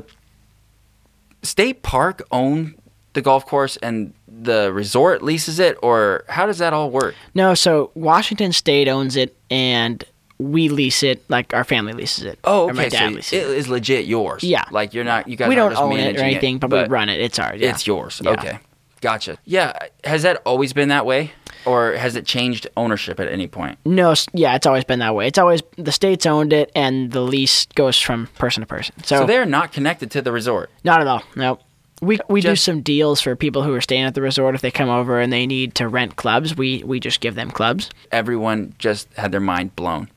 state park own the golf course and the resort leases it, or how does that all work?
no, so Washington State owns it, and we lease it. Like our family leases it.
Oh,
Or my
okay.
dad
So it
leases it.
is legit yours.
Yeah.
Like you're not you guys.
we
aren't just
don't own it or
managing
anything, but, we run it. It's ours. Yeah.
It's yours.
Yeah.
Okay. Gotcha. Yeah. Has that always been that way, or has it changed ownership at any point?
No, s- yeah, it's always been that way. It's always the state's owned it, and the lease goes from person to person. So,
so they're not connected to the resort.
not at all. No, we we do
Just-
some deals for people who are staying at the resort if they come over and they need to rent clubs. We we just give them clubs.
everyone just had their mind blown.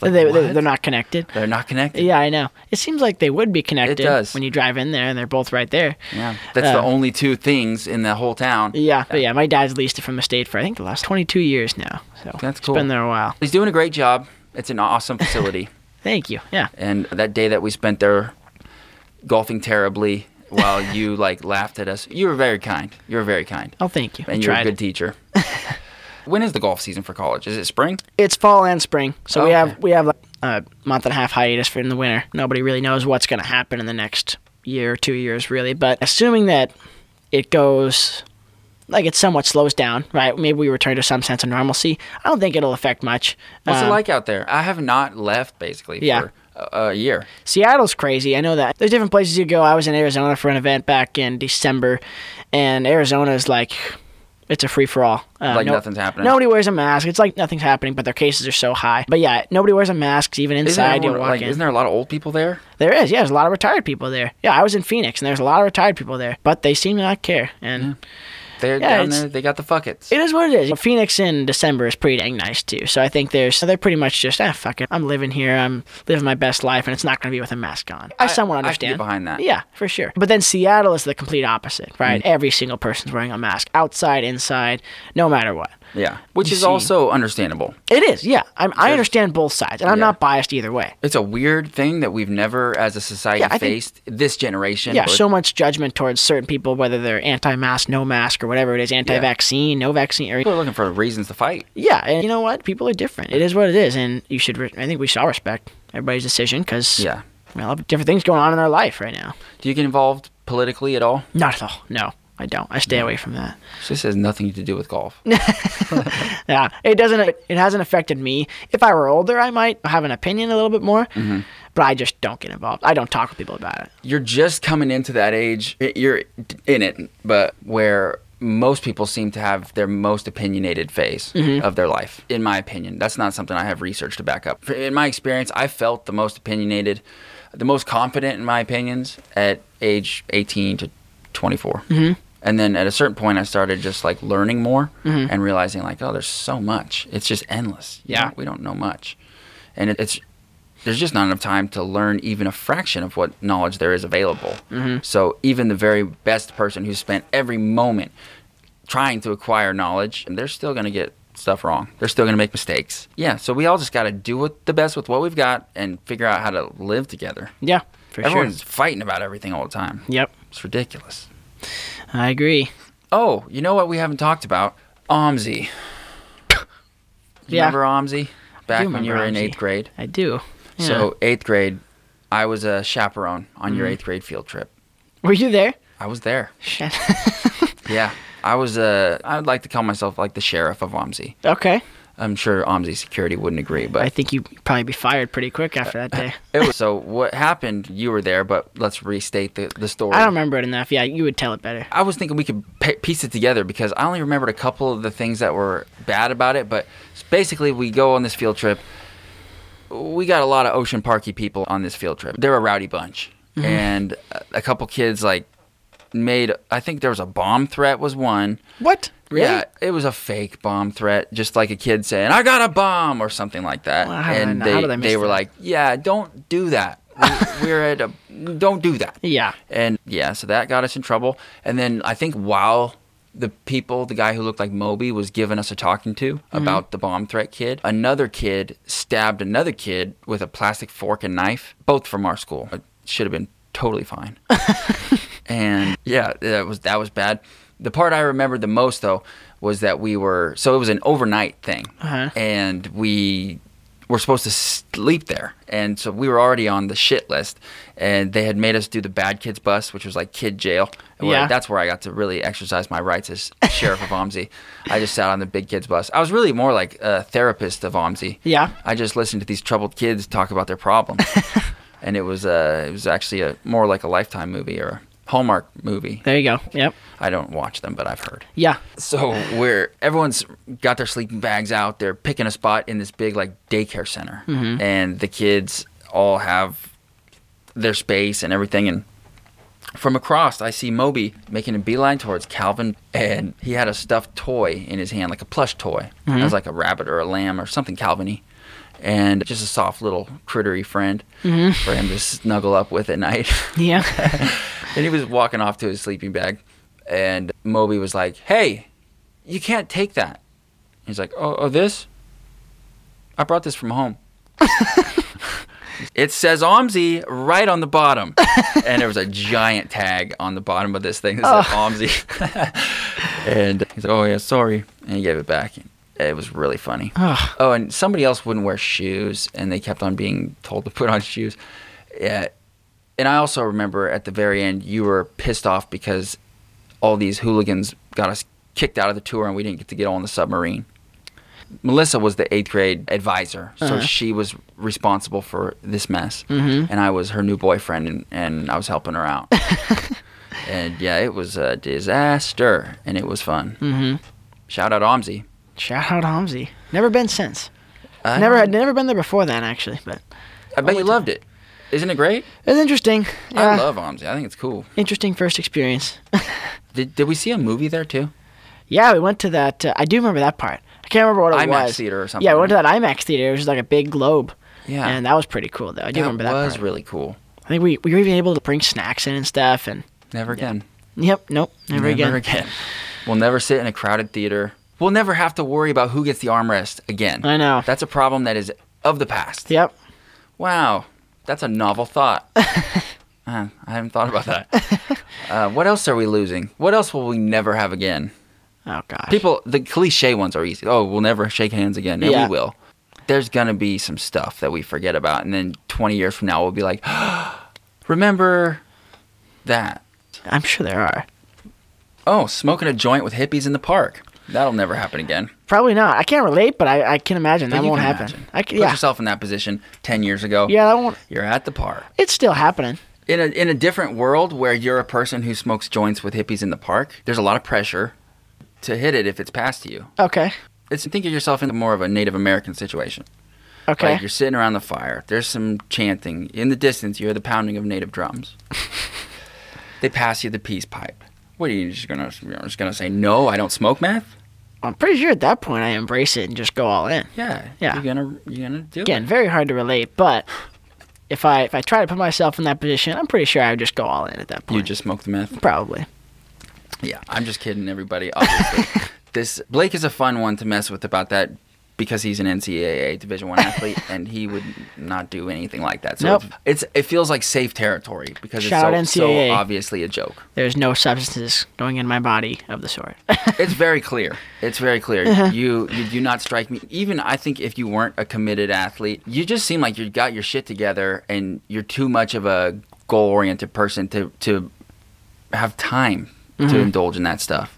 Like,
they, they
what?
they're not connected.
They're not connected.
Yeah, I know. It seems like they would be connected
does.
when you drive in there, and they're both right there.
Yeah. That's the
Uh,
only two things in the whole town.
Yeah, but yeah, my dad's leased it from the state for I think the last 22 years now. So
That's
it's
cool.
been there a while.
He's doing a great job. It's an awesome facility.
Thank you. Yeah.
and that day that we spent there golfing terribly while you like laughed at us, you were very kind. You were very kind.
Oh, thank you. I
and you're a
tried.
good teacher. when is the golf season for college? Is it spring?
It's fall and spring, so we
Okay.
have we have like a month and a half hiatus for in the winter. Nobody really knows what's going to happen in the next year or two years, really. But assuming that it goes like it somewhat slows down, right? Maybe we return to some sense of normalcy. I don't think it'll affect much.
What's
Um,
it like out there? I have not left basically
Yeah.
for a, a year.
Seattle's crazy. I know that. There's different places you go. I was in Arizona for an event back in December, and Arizona's like, it's a free for all. Uh,
Like nothing's happening.
Nobody wears a mask. It's like nothing's happening, but their cases are so high. But yeah, nobody wears a mask even
Isn't,
inside. You
everyone-
walk
like,
in.
isn't there a lot of old people there?
There is, yeah. There's a lot of retired people there. Yeah, I was in Phoenix, and there's a lot of retired people there, but they seem to not care. And
They're
Yeah,
down
it's-
there. They got the fuckets.
it is what it is. Phoenix in December is pretty dang nice too. So I think there's they're pretty much just ah fuck it. I'm living here. I'm living my best life, and it's not going to be with a mask on. I, somewhat
I can get
understand
behind that. Mm.
Yeah, for sure. But then Seattle is the complete opposite, right? Every single person's wearing a mask, outside, inside, no matter what.
yeah. Which
You
is
see-
also understandable.
It is, yeah. I'm, I understand both sides, and I'm
Yeah.
not biased either way.
It's a weird thing that we've never, as a society,
Yeah, I think-
faced this generation.
Yeah,
but-
so much judgment towards certain people, whether they're anti-mask, no mask, or whatever it is, anti-vaccine, no vaccine. Or,
people are looking for reasons to fight.
yeah, and you know what? People are different. It is what it is, and you should. Re- I think we should all respect everybody's decision because
Yeah.
we all have different things going on in our life right now.
Do you get involved politically at all?
Not at all. No, I don't. I stay away from that.
This has nothing to do with golf.
Yeah, it doesn't. It hasn't affected me. If I were older, I might have an opinion a little bit more,
Mm-hmm.
but I just don't get involved. I don't talk with people about it.
You're just coming into that age. You're in it, but where most people seem to have their most opinionated phase of their life. In my opinion, that's not something I have research to back up. In my experience, I felt the most opinionated, the most confident in my opinions at age 18 to 24. Mm-hmm. And then at a certain point, I started just like learning more and realizing like, oh, there's so much. It's just endless. Yeah,
Yeah.
we don't know much, and it, it's there's just not enough time to learn even a fraction of what knowledge there is available. So even the very best person who spent every moment trying to acquire knowledge, they're still going to get stuff wrong. They're still going to make mistakes. Yeah. So we all just got to do what, the best with what we've got and figure out how to live together.
Yeah, for
Everyone's
sure.
fighting about everything all the time.
Yep,
It's ridiculous.
I agree.
Oh, you know what we haven't talked about? OMSI. You
Yeah.
Remember OMSI? Back when you were
remember
in
OMSI.
eighth grade.
I do. Yeah.
So eighth grade, I was a chaperone on
Mm-hmm.
your eighth grade field trip.
were you there?
I was there.
Shit.
Yeah, I was. Uh, I would like to call myself like the sheriff of OMSI.
okay.
I'm sure OMSI security wouldn't agree, but
I think you'd probably be fired pretty quick after
Uh,
that day.
it was, so what happened? You were there, but let's restate the, the story.
I don't remember it enough. Yeah, you would tell it better.
I was thinking we could pe- piece it together because I only remembered a couple of the things that were bad about it. But basically, we go on this field trip. We got a lot of Ocean Parky people on this field trip. They're a rowdy bunch,
Mm-hmm.
and a- a couple kids like made. I think there was a bomb threat was one.
What? Really?
Yeah, it was a fake bomb threat, just like a kid saying, "I got a bomb" or something like that.
Wow, how did I
and
not-
they
how did I miss
they were
that?
like, "Yeah, don't do that. We- We're at a don't do that."
Yeah.
And yeah, so that got us in trouble. And then I think while the people, the guy who looked like Moby, was giving us a talking to about the bomb threat kid, another kid stabbed another kid with a plastic fork and knife, both from our school. It should have been totally fine. and yeah, that was that was bad. The part I remembered the most though was that we were so it was an overnight thing,
Uh-huh.
and we were supposed to sleep there, and so we were already on the shit list, and they had made us do the bad kids bus, which was like kid jail. And we're like,
Yeah.
that's where I got to really exercise my rights as sheriff of OMSI. I just sat on the big kids bus. I was really more like a therapist of OMSI.
Yeah.
I just listened to these troubled kids talk about their problems. and it was uh, it was actually a more like a lifetime movie or a Hallmark movie.
There you go. Yep.
I don't watch them, but I've heard.
Yeah.
So we're everyone's got their sleeping bags out. They're picking a spot in this big like daycare center, and the kids all have their space and everything. And from across, I see Moby making a beeline towards Calvin, and he had a stuffed toy in his hand, like a plush toy. It was like a rabbit or a lamb or something Calvin-y. And just a soft little crittery friend for him to snuggle up with at night.
Yeah.
And he was walking off to his sleeping bag, and Moby was like, "Hey, you can't take that." He's like, "Oh, oh this? I brought this from home." it says OMSI right on the bottom, and there was a giant tag on the bottom of this thing that said OMSI. and he's like, "Oh yeah, sorry," and he gave it back. It was really funny.
Ugh.
Oh, and somebody else wouldn't wear shoes, and they kept on being told to put on shoes. Yeah. And I also remember at the very end, you were pissed off because all these hooligans got us kicked out of the tour and we didn't get to get on the submarine. Melissa was the eighth grade advisor, so she was responsible for this mess. And I was her new boyfriend, and, and I was helping her out. and yeah, it was a disaster, and it was fun. Mm-hmm. Shout out OMSI.
Shout out Homsey. Never been since.
I
Never
don't-
had never been there before that actually, but
I bet you loved it. Isn't it great?
it's interesting.
I
Yeah.
love OMSI. I think it's cool.
interesting first experience.
Did, did we see a movie there too?
Yeah, we went to that. Uh, I do remember that part. I can't remember what it
IMAX
was.
theater or something,
Yeah, we went to that IMAX theater. It was just like a big globe.
Yeah.
And that was pretty cool, though. I
that
do remember that
was
part.
really cool.
I think we, we were even able to bring snacks in and stuff. And
Never again.
yep, nope, never, again.
We'll never sit in a crowded theater. We'll never have to worry about who gets the armrest again.
I know.
That's a problem that is of the past.
Yep.
Wow, that's a novel thought. Man, I haven't thought about that. Uh, what else are we losing? What else will we never have again?
Oh gosh.
People, the cliche ones are easy. Oh, we'll never shake hands again. And
Yeah.
we will. There's going to be some stuff that we forget about. And then 20 years from now, we'll be like, remember that.
I'm sure there are.
Oh, smoking a joint with hippies in the park. That'll never happen again.
Probably not. I can't relate, but I, I can imagine
But
that
you
won't
can
happen.
imagine.
I can,
Put
yeah.
yourself in that position 10 years ago.
Yeah, that won't.
You're at the park.
It's still happening.
In a, in a different world where you're a person who smokes joints with hippies in the park, there's a lot of pressure to hit it if it's past you.
Okay.
It's think of yourself in more of a Native American situation.
Okay.
Like you're sitting around the fire. There's some chanting. In the distance, you hear the pounding of native drums. they pass you the peace pipe. What are you just gonna? You're just gonna say no? I don't smoke meth.
I'm pretty sure at that point I embrace it and just go all in.
Yeah.
Yeah.
You're gonna. You're gonna do
Again, very hard to relate, but if I if I try to put myself in that position, I'm pretty sure I would just go all in at that
it. You
point.
just smoked the meth.
probably.
Yeah. I'm just kidding, everybody. Obviously, this Blake is a fun one to mess with about that because he's an NCAA Division One athlete and he would not do anything like that. So
Nope.
it's it feels like safe territory because
Shout out
it's so, so
NCAA.
obviously a joke.
There's no substances going in my body of the sort.
It's very clear. It's very clear. You you do not strike me. Even I think if you weren't a committed athlete, you just seem like you got your shit together, and you're too much of a goal oriented person to to have time to indulge in that stuff.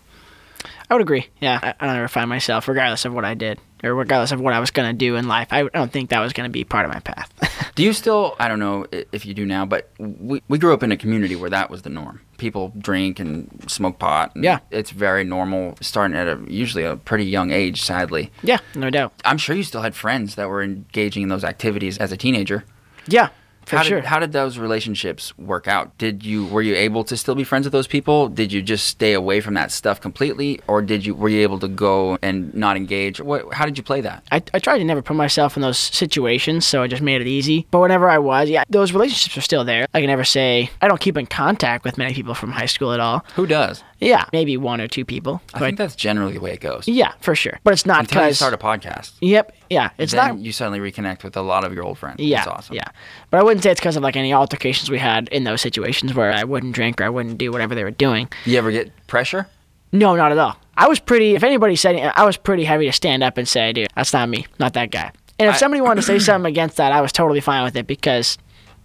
I would agree. Yeah, I, I don't ever find myself, regardless of what I did or regardless of what I was gonna do in life. I, I don't think that was gonna be part of my path.
Do you still? I don't know i- if you do now, but we, we grew up in a community where that was the norm. People drink and smoke pot. And
Yeah.
it's very normal, starting at a usually a pretty young age. Sadly,
yeah, no doubt.
I'm sure you still had friends that were engaging in those activities as a teenager.
Yeah, for
how
sure.
Did, how did those relationships work out? Did you were you able to still be friends with those people? Did you just stay away from that stuff completely, or did you were you able to go and not engage? What, how did you play that?
I, I tried to never put myself in those situations, so I just made it easy. But whenever I was, yeah, those relationships are still there. I can never say I don't keep in contact with many people from high school at all.
Who does?
Yeah, maybe one or two people.
I
but-
think that's generally the way it goes.
yeah, for sure. But it's not
Until you
because
start a podcast.
Yep. Yeah. It's
then
not.
you suddenly reconnect with a lot of your old friends.
yeah.
That's awesome.
Yeah. But I wouldn't say it's because of like any altercations we had in those situations where I wouldn't drink or I wouldn't do whatever they were doing.
You ever get pressure?
No, not at all. I was pretty. If anybody said, I was pretty heavy to stand up and say, "Dude, that's not me, not that guy." And if
I-
somebody wanted to say something against that, I was totally fine with it because,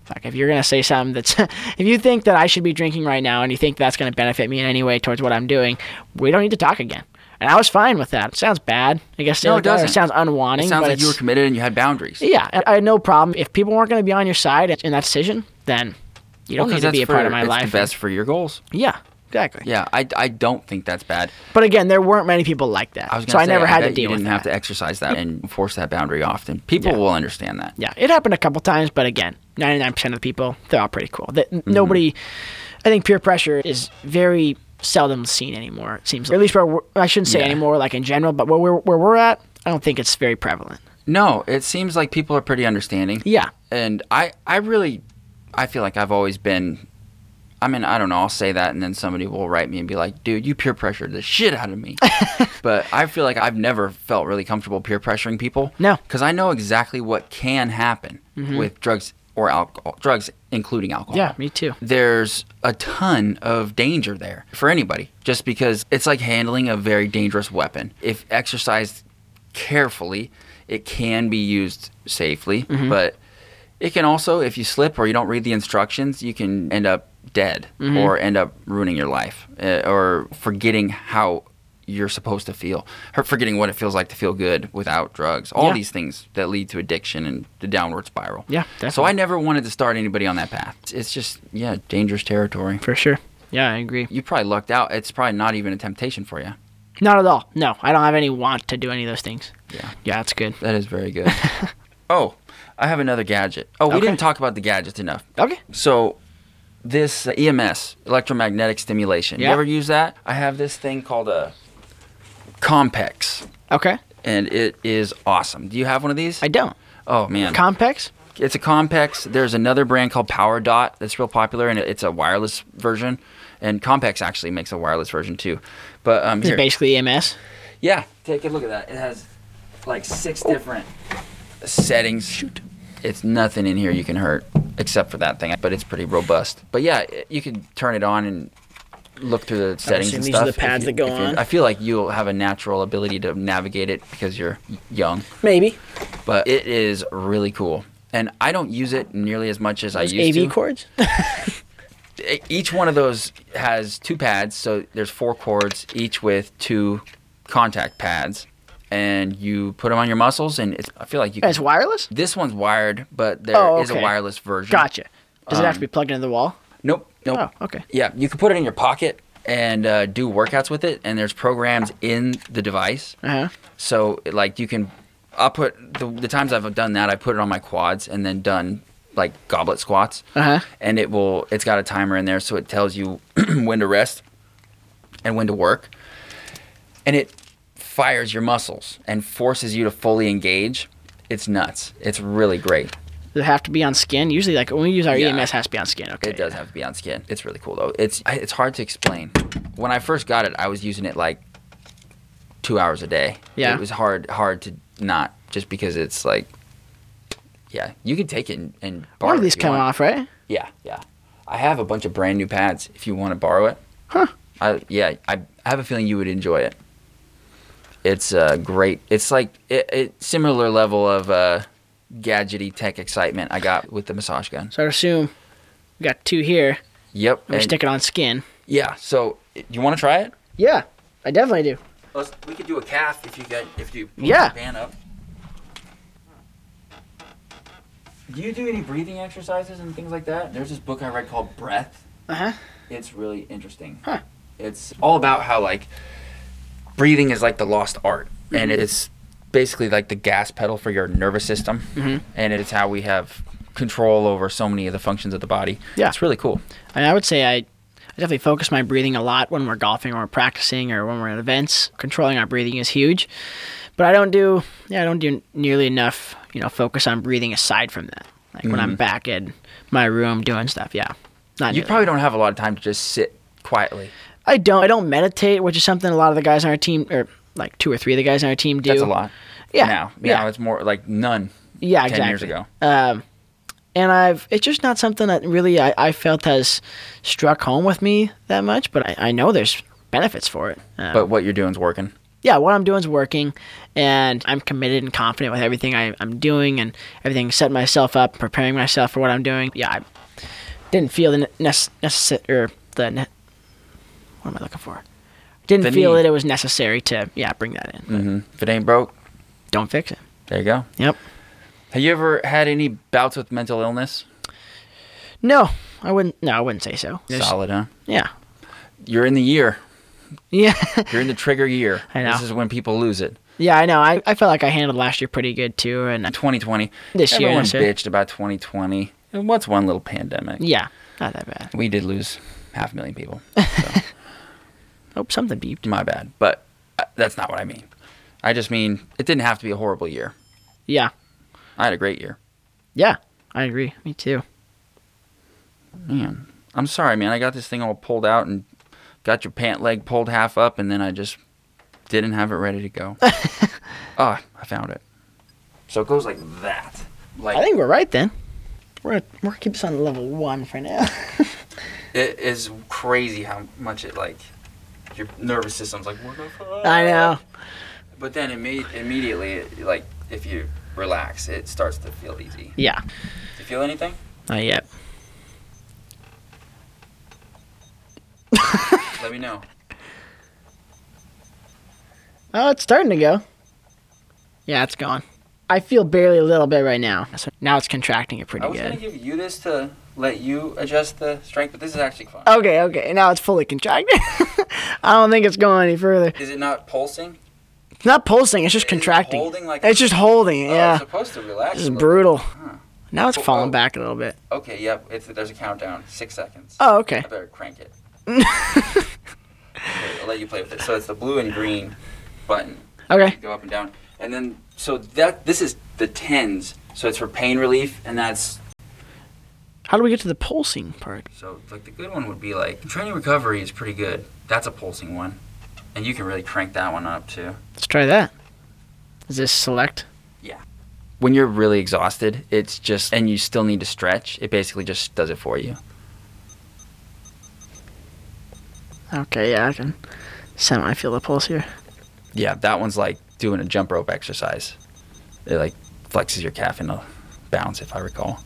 fuck, if you're gonna say something that's, if you think that I should be drinking right now and you think that's gonna benefit me in any way towards what I'm doing, we don't need to talk again. And I was fine with that. It sounds bad. I guess
No,
it
it doesn't.
It sounds unwanting.
It sounds
but
like you were
it's-
committed and you had boundaries.
Yeah, and I had no problem. If people weren't going to be on your side in that decision, then you don't
Well, 'cause
need to be
that's
a part
for-
of my
it's
life.
The best for your goals.
Yeah, exactly.
Yeah, I, I don't think that's bad.
But again, there weren't many people like that,
I was gonna
so I
say,
never had
bet
to deal
You didn't
with
have
that.
to exercise that and force that boundary often. People
Yeah.
will understand that.
Yeah, it happened a couple times, but again, 99% of the people, they're all pretty cool. That
Mm-hmm.
Nobody, I think peer pressure is very seldom seen anymore, it seems. Or at least where we're, I shouldn't say
Yeah.
anymore, like in general, but where we're, where we're at, I don't think it's very prevalent.
No, it seems like people are pretty understanding.
Yeah.
and I, I really, I feel like I've always been. I mean, I don't know. I'll say that, and then somebody will write me and be like, "Dude, you peer pressured the shit out of me." but I feel like I've never felt really comfortable peer pressuring people.
No. Mm-hmm.
because I know exactly what can happen with drugs or alcohol, drugs including alcohol.
Yeah, me too.
There's a ton of danger there for anybody, just because it's like handling a very dangerous weapon. If exercised carefully, it can be used safely,
Mm-hmm.
but it can also, if you slip or you don't read the instructions, you can end up dead
Mm-hmm.
or end up ruining your life uh, or forgetting how you're supposed to feel, or forgetting what it feels like to feel good without drugs. All
Yeah.
these things that lead to addiction and the downward spiral.
Yeah,
So
definitely.
I never wanted to start anybody on that path. It's- It's just, yeah, dangerous territory.
For sure. Yeah, I agree.
You probably lucked out. It's probably not even a temptation for you.
Not at all. No, I don't have any want to do any of those things.
Yeah.
Yeah, that's good.
That is very good. oh, I have another gadget. Oh, we
Okay.
didn't talk about the gadgets enough.
Okay.
So this uh, EMS, electromagnetic stimulation. You
Yeah.
ever use that? I have this thing called a Compex,
Okay.
and it is awesome. Do you have one of these?
I don't.
oh man,
Compex?
it's a Compex. There's another brand called Power Dot that's real popular, and it- it's a wireless version. And Compex actually makes a wireless version too. But um,
Is
here,
it basically E EMS?
yeah, take a look at that. It has like six different settings. Shoot. It's nothing in here you can hurt except for that thing, but it's pretty robust. But yeah, it- you can turn it on and look through the settings
assume
and
these are
stuff.
the
if
pads
you-
that go
if you-
on.
I feel like you'll have a natural ability to navigate it because you're young,
Maybe.
but it is really cool. And I don't use it nearly as much as I
Those
used to
AV cords?
e- each one of those has two pads, so there's four cords, each with two contact pads, and you put them on your muscles, and it's, I feel like you.
It's wireless?
this one's wired, but there is
Oh,
a
okay.
wireless version.
Gotcha. Does it have to
Um,
be plugged into the wall?
Nope. Nope.
Oh, okay.
Yeah, you can put it in your pocket and uh, do workouts with it, and there's programs in the device.
Uh huh.
So it, like you can, I'll put the, the times I've done that I put it on my quads and then done like goblet squats,
Uh-huh.
and it will it's got a timer in there so it tells you when to rest and when to work, and it fires your muscles and forces you to fully engage. It's nuts. It's really great.
Does it have to be on skin? Usually, like when we use our
Yeah.
EMS, it has to be on skin. Okay.
It does have to be on skin. It's really cool though. It's I- it's hard to explain. When I first got it, I was using it like two hours a day.
Yeah.
It was hard hard to not just because it's like yeah you can take it and, and borrow.
One of
it
these
if you
come
want.
off, right?
Yeah, yeah. I have a bunch of brand new pads. If you want to borrow it.
Huh.
I, yeah, I, I have a feeling you would enjoy it. It's uh, great. It's like it, it similar level of uh, gadgety tech excitement I got with the massage gun.
So I assume we got two here,
Yep.
and we
and-
stick it on skin.
yeah. So, you want to try it?
Yeah, I definitely do.
Let's, we could do a calf if you get if you pull
Yeah.
your band up. Do you do any breathing exercises and things like that? There's this book I read called Breath.
Uh huh.
It's really interesting.
Huh.
It's all about how like breathing is like the lost art, and it's basically like the gas pedal for your nervous system,
Mhm.
and it's how we have control over so many of the functions of the body.
Yeah.
it's really cool.
And I would say I, I definitely focus my breathing a lot when we're golfing or we're practicing or when we're at events. Controlling our breathing is huge, but I don't do yeah I don't do nearly enough you know focus on breathing aside from that. Like when I'm back in my room doing stuff, yeah, not
Mm-hmm. You
nearly.
probably don't have a lot of time to just sit quietly.
I don't I don't meditate, which is something a lot of the guys on our team or like two or three of the guys on our team do.
That's a lot.
Yeah.
Now, now
yeah.
it's more like none.
yeah,
10
exactly.
years ago.
Um, and I've it's just not something that really I, I felt has struck home with me that much, but I, I know there's benefits for it. Um,
But what you're doing's working.
yeah, what I'm doing is working, and I'm committed and confident with everything I, I'm doing and everything setting myself up, preparing myself for what I'm doing. Yeah, I didn't feel the necessary or the ne- what am I looking for? Didn't
The
feel
need.
that it was necessary to yeah bring that in.
Mm-hmm. If it ain't broke,
Don't fix it.
there you go.
Yep.
Have you ever had any bouts with mental illness?
No, I wouldn't. No, I wouldn't say so. There's-
Solid, huh?
Yeah.
You're in the year.
Yeah.
You're in the trigger year.
I know.
This is when people lose it.
Yeah, I know. I, I felt like I handled last year pretty good too, and
2020.
This year,
Everyone
this year.
bitched about 2020. And what's one little pandemic?
yeah, not that bad.
We did lose half a million people.
Oh, something beeped.
My bad. But uh, that's not what I mean. I just mean it didn't have to be a horrible year.
Yeah,
I had a great year.
yeah, I agree. Me too.
Man, I'm sorry, man. I got this thing all pulled out and got your pant leg pulled half up, and then I just didn't have it ready to go. Ah, I found it. So it goes like that. Like
I think we're right then. We're gonna, we're gonna keep this on level one for now.
it is crazy how much it like your nervous system's like what the fuck.
I know.
But then imme- immediately, it, like if you relax, it starts to feel easy.
Yeah.
Do you feel anything?
Not yet.
Let me know.
Oh, it's starting to go. Yeah, it's gone. I feel barely a little bit right now. So now it's contracting it
I
pretty
was gonna
good.
give you this to let you adjust the strength, but this is actually fun.
Okay, okay. Now it's fully contracted. I don't think it's going any further.
Is it not pulsing?
It's not pulsing. It's just
It's
contracting.
holding like-
it's just holding.
Oh,
yeah.
it's supposed to relax.
This is
a little
brutal. Now it's
Oh,
falling
oh.
back a little bit.
Okay, yep. It's there's a countdown, six seconds.
Oh, okay.
I better crank it. Okay, I'll let you play with it. So it's the blue and green button.
Okay.
Go up and down, and then so that this is the tens. So it's for pain relief, and that's
How do we get to the pulsing part?
so like the good one would be like training recovery is pretty good. That's a pulsing one, and you can really crank that one up too.
Let's try that. Is this select?
When you're really exhausted, it's just and you still need to stretch. It basically just does it for you.
Okay, yeah, I can semi feel the pulse here.
Yeah, that one's like doing a jump rope exercise. It like flexes your calf into bounce, if I recall.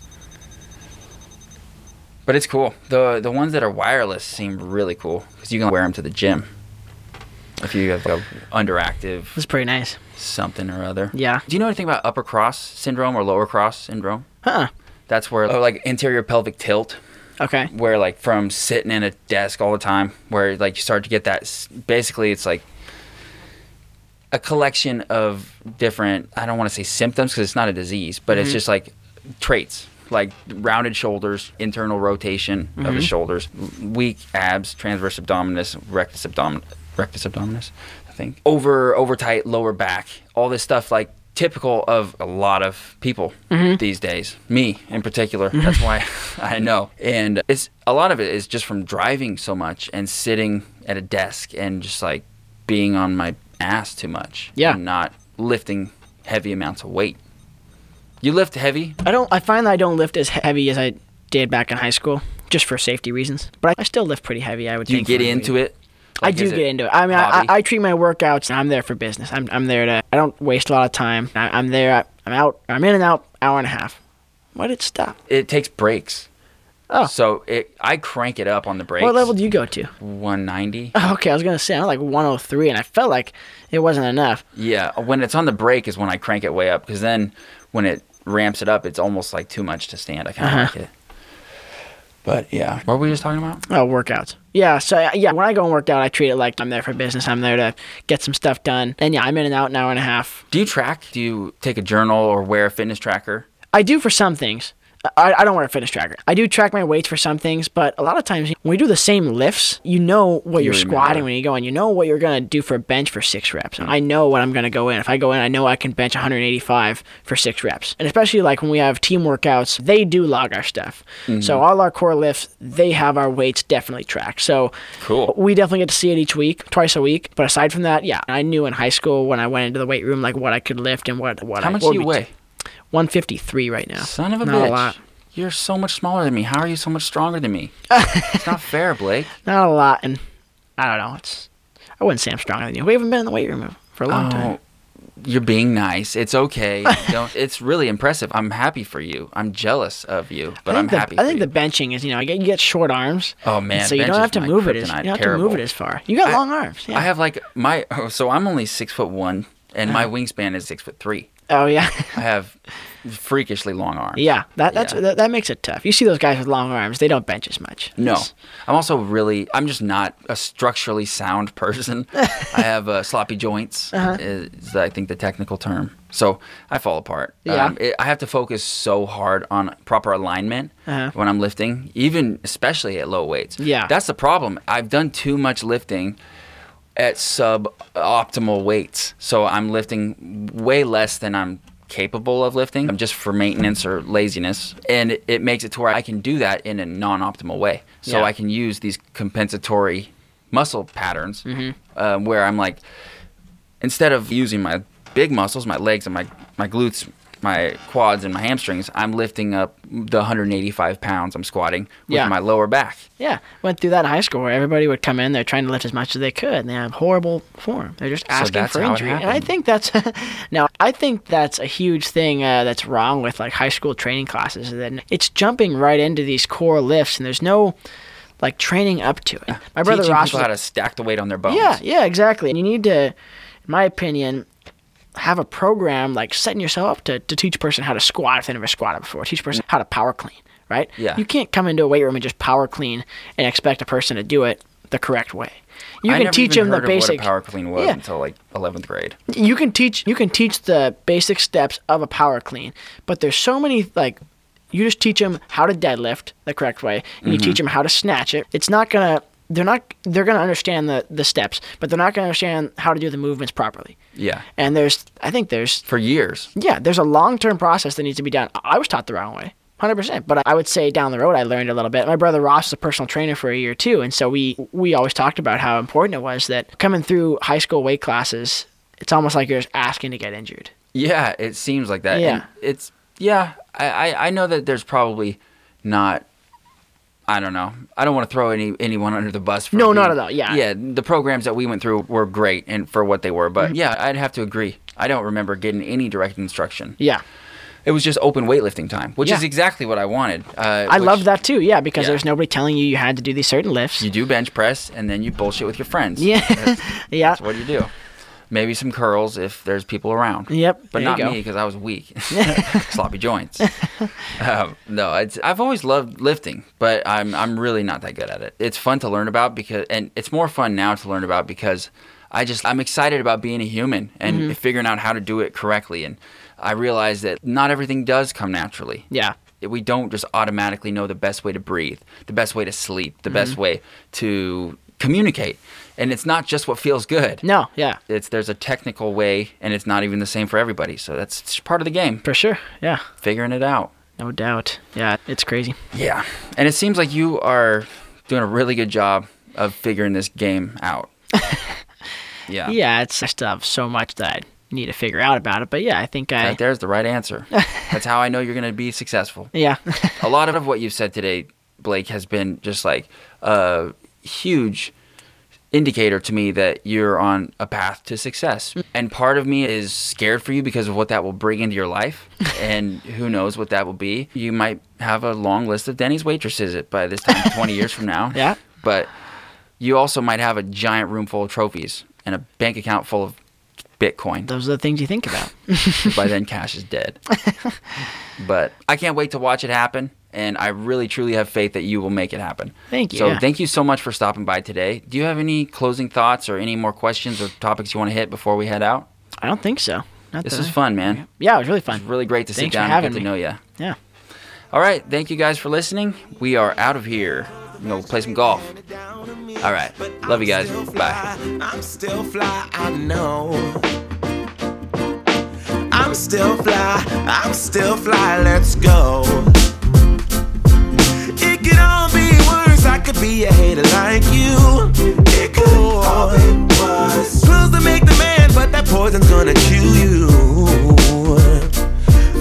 But it's cool. the The ones that are wireless seem really cool because you can wear them to the gym. If you have like a underactive
This is pretty nice.
something or other.
Yeah.
Do you know anything about upper cross syndrome or lower cross syndrome?
Huh.
That's where oh, like anterior pelvic tilt
Okay.
where like from sitting in a desk all the time where like you start to get that s- basically it's like a collection of different i don't want to say symptoms because it's not a disease but it's just like traits like rounded shoulders internal rotation of the shoulders l- weak abs transverse abdominis rectus abdominis rectus abdominis i think over over tight lower back all this stuff like typical of a lot of people these days me in particular that's why i know and it's a lot of it is just from driving so much and sitting at a desk and just like being on my ass too much
Yeah.
and not lifting heavy amounts of weight you lift heavy
I don't. I find that I don't lift as heavy as I did back in high school, just for safety reasons. But I, I still lift pretty heavy. I would.
do you
think,
get
for my
into
weight.
it
I do get into it. I mean, I, I, I treat my workouts. and I'm there for business. I'm, I'm there to. I don't waste a lot of time. I, I'm there. I, I'm out. I'm in and out. Hour and a half. Why did it stop?
it takes breaks
Oh.
So it, I crank it up on the brakes.
What level do you go to?
190.
Oh, okay, I was gonna say I'm like 103, and I felt like it wasn't enough.
Yeah, when it's on the brake is when I crank it way up because then when it ramps it up, it's almost like too much to stand. I
Uh-huh.
kind of like it. But yeah, what were we just talking about?
Oh, workouts. Yeah, so uh, yeah, when I go and work out, I treat it like I'm there for business. I'm there to get some stuff done. And yeah, I'm in and out an hour and a half.
Do you track? Do you take a journal or wear a fitness tracker?
I do for some things. I, I don't wear a fitness tracker. I do track my weights for some things, but a lot of times when we do the same lifts, you know what
You
you're
remember. Hmm.
squatting when you go in. You know what you're going to do for a bench for six reps. I know what I'm going to go in. If I go in, I know I can bench 185 for six reps. And especially like when we have team workouts, they do log our stuff.
Mm-hmm.
So all our core lifts, they have our weights definitely tracked. So
Cool.
we definitely get to see it each week, twice a week. But aside from that, yeah, I knew in high school when I went into the weight room like what I could lift and what what
How
I
much
what
do you
we-
weigh?
153 right now.
Son of a
Not
bitch.
a lot.
You're so much smaller than me. How are you so much stronger than me? it's not fair, Blake.
Not a lot, and I don't know. It's I wouldn't say I'm stronger than you. We haven't been in the weight room for a long time.
Oh, you're being nice. It's okay. Don't, it's really impressive. I'm happy for you. I'm jealous of you, but
I
I'm
think the,
happy.
I
for
think
you.
the benching is you know I get you get short arms.
Oh,
and
man,
so you
bench
don't
is
have to
my
move it as you
kryptonite.
don't have to move
Terrible.
it as far. You got
I-
long arms. Yeah.
I have like my oh, so I'm only six foot one, and my wingspan is six foot three.
oh yeah,
I have freakishly long arms.
yeah. That that's
Yeah.
That, that makes it tough. You see those guys with long arms, they don't bench as much.
No,
It's-
I'm also really. I'm just not a structurally sound person. I have uh, sloppy joints.
Uh-huh.
Is I think the technical term. So I fall apart. Um,
Yeah.
it- I have to focus so hard on proper alignment
Uh-huh.
when I'm lifting, even especially at low weights.
Yeah.
That's the problem. I've done too much lifting at suboptimal weights. So I'm lifting way less than I'm capable of lifting. I'm just for maintenance or laziness. And it, it makes it to where I can do that in a non optimal way. So
Yeah.
I can use these compensatory muscle patterns
Mm-hmm.
um, where I'm like, instead of using my big muscles, my legs and my, my glutes, my quads and my hamstrings, I'm lifting up the 185 pounds I'm squatting with
Yeah.
my lower back.
Yeah, went through that in high school where everybody would come in, they're trying to lift as much as they could, and they have horrible form. They're just asking
that's
for
how it
injury, and I
happened.
think that's now I think that's a huge thing uh, that's wrong with like high school training classes. is That it's jumping right into these core lifts, and there's no like training up to it. My brother
Teaching
Ross
people
was
how
a
to stack the weight on their bones.
yeah, yeah, exactly. And you need to, in my opinion, have a program like setting yourself up to, to teach a person how to squat if they never squatted before. Teach a person how to power clean, right?
Yeah.
You can't come into a weight room and just power clean and expect a person to do it the correct way. You
I
can
never
teach
even
them the
heard of
basic.
what a power clean was
Yeah.
until like 11th grade.
You can teach. You can teach the basic steps of a power clean, but there's so many like. You just teach them how to deadlift the correct way, and you teach them how to snatch it. It's not gonna. They're not. They're gonna understand the the steps, but they're not gonna understand how to do the movements properly.
Yeah.
And there's. I think there's.
For years.
Yeah, there's a long term process that needs to be done. I was taught the wrong way. 100% but i would say down the road i learned a little bit my brother ross is a personal trainer for a year too and so we we always talked about how important it was that coming through high school weight classes it's almost like you're just asking to get injured
Yeah, it seems like that.
Yeah.
And it's yeah, I, I I know that there's probably not I don't know. I don't want to throw any anyone under the bus for
No,
being-
not at all, yeah.
Yeah, the programs that we went through were great and for what they were, but
Mm-hmm.
yeah, I'd have to agree. I don't remember getting any direct instruction.
yeah
It was just open weightlifting time, which
Yeah.
is exactly what I wanted. Uh,
i
which
love that too yeah because
Yeah.
there's nobody telling you you had to do these certain lifts
You do bench press and then you bullshit with your friends.
yeah yeah
That's what you do. Maybe some curls if there's people around.
Yep, there
But
you
not
go.
me because I was weak. Sloppy joints. um, no, it's, I've always loved lifting, but I'm I'm really not that good at it. It's fun to learn about because, and it's more fun now to learn about because I just I'm excited about being a human and
Mm-hmm.
figuring out how to do it correctly. And I realize that not everything does come naturally
yeah
we don't just automatically know the best way to breathe, the best way to sleep, the best way to communicate. And it's not just what feels good.
no yeah
It's there's a technical way and it's not even the same for everybody. So that's it's part of the game,
for sure yeah
figuring it out.
no doubt yeah it's crazy
Yeah. And it seems like you are doing a really good job of figuring this game out. yeah.
yeah it's i still have so much that i need to figure out about it but yeah i think i
Right there's the right answer. that's how I know you're going to be successful.
yeah
a lot of what you've said today, Blake, has been just like a huge indicator to me that you're on a path to success. And part of me is scared for you because of what that will bring into your life. and who knows what that will be. You might have a long list of Denny's waitresses at- by this time, 20 years from now.
Yeah.
But you also might have a giant room full of trophies and a bank account full of Bitcoin.
Those are the things you think about.
by then cash is dead but i can't wait to watch it happen and i really truly have faith that you will make it happen
Thank you,
so
yeah.
thank you so much for stopping by today do you have any closing thoughts or any more questions or topics you want to hit before we head out
I don't think so. Not
this
that
is
I-
fun man
Uh-huh. Yeah, it was really fun.
it's really great to sit
Thanks for
down and
having
get to
me.
know you
yeah.
all right thank you guys for listening we are out of here i'm gonna play some golf all right love you guys bye
I'm still fly, I know. I'm still fly, I'm still fly, let's go. It could all be worse, I could be a hater like you. It could all be worse. Pills to make the man, but that poison's gonna kill you.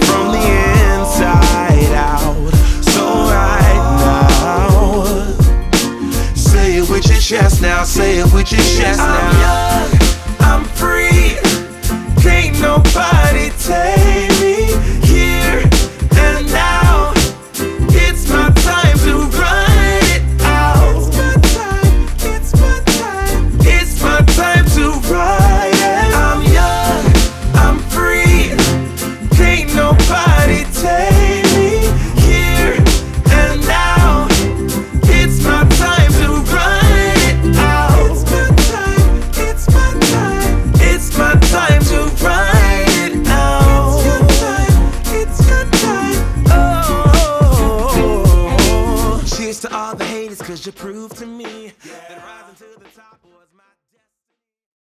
From the inside out, so right now. Say it with your chest now, say it with your chest now. I'm young, I'm free. Can't nobody take me here and now. It's my time to run it out. It's my time, it's my time. It's my time to run it. I'm young, I'm free. Can't nobody take me here and now. It's my time to run it out. It's my time. It's my time. It's my time to run it out. It's your time. It's your time. Oh. Cheers to all the haters, cause you proved to me that rising to the top was.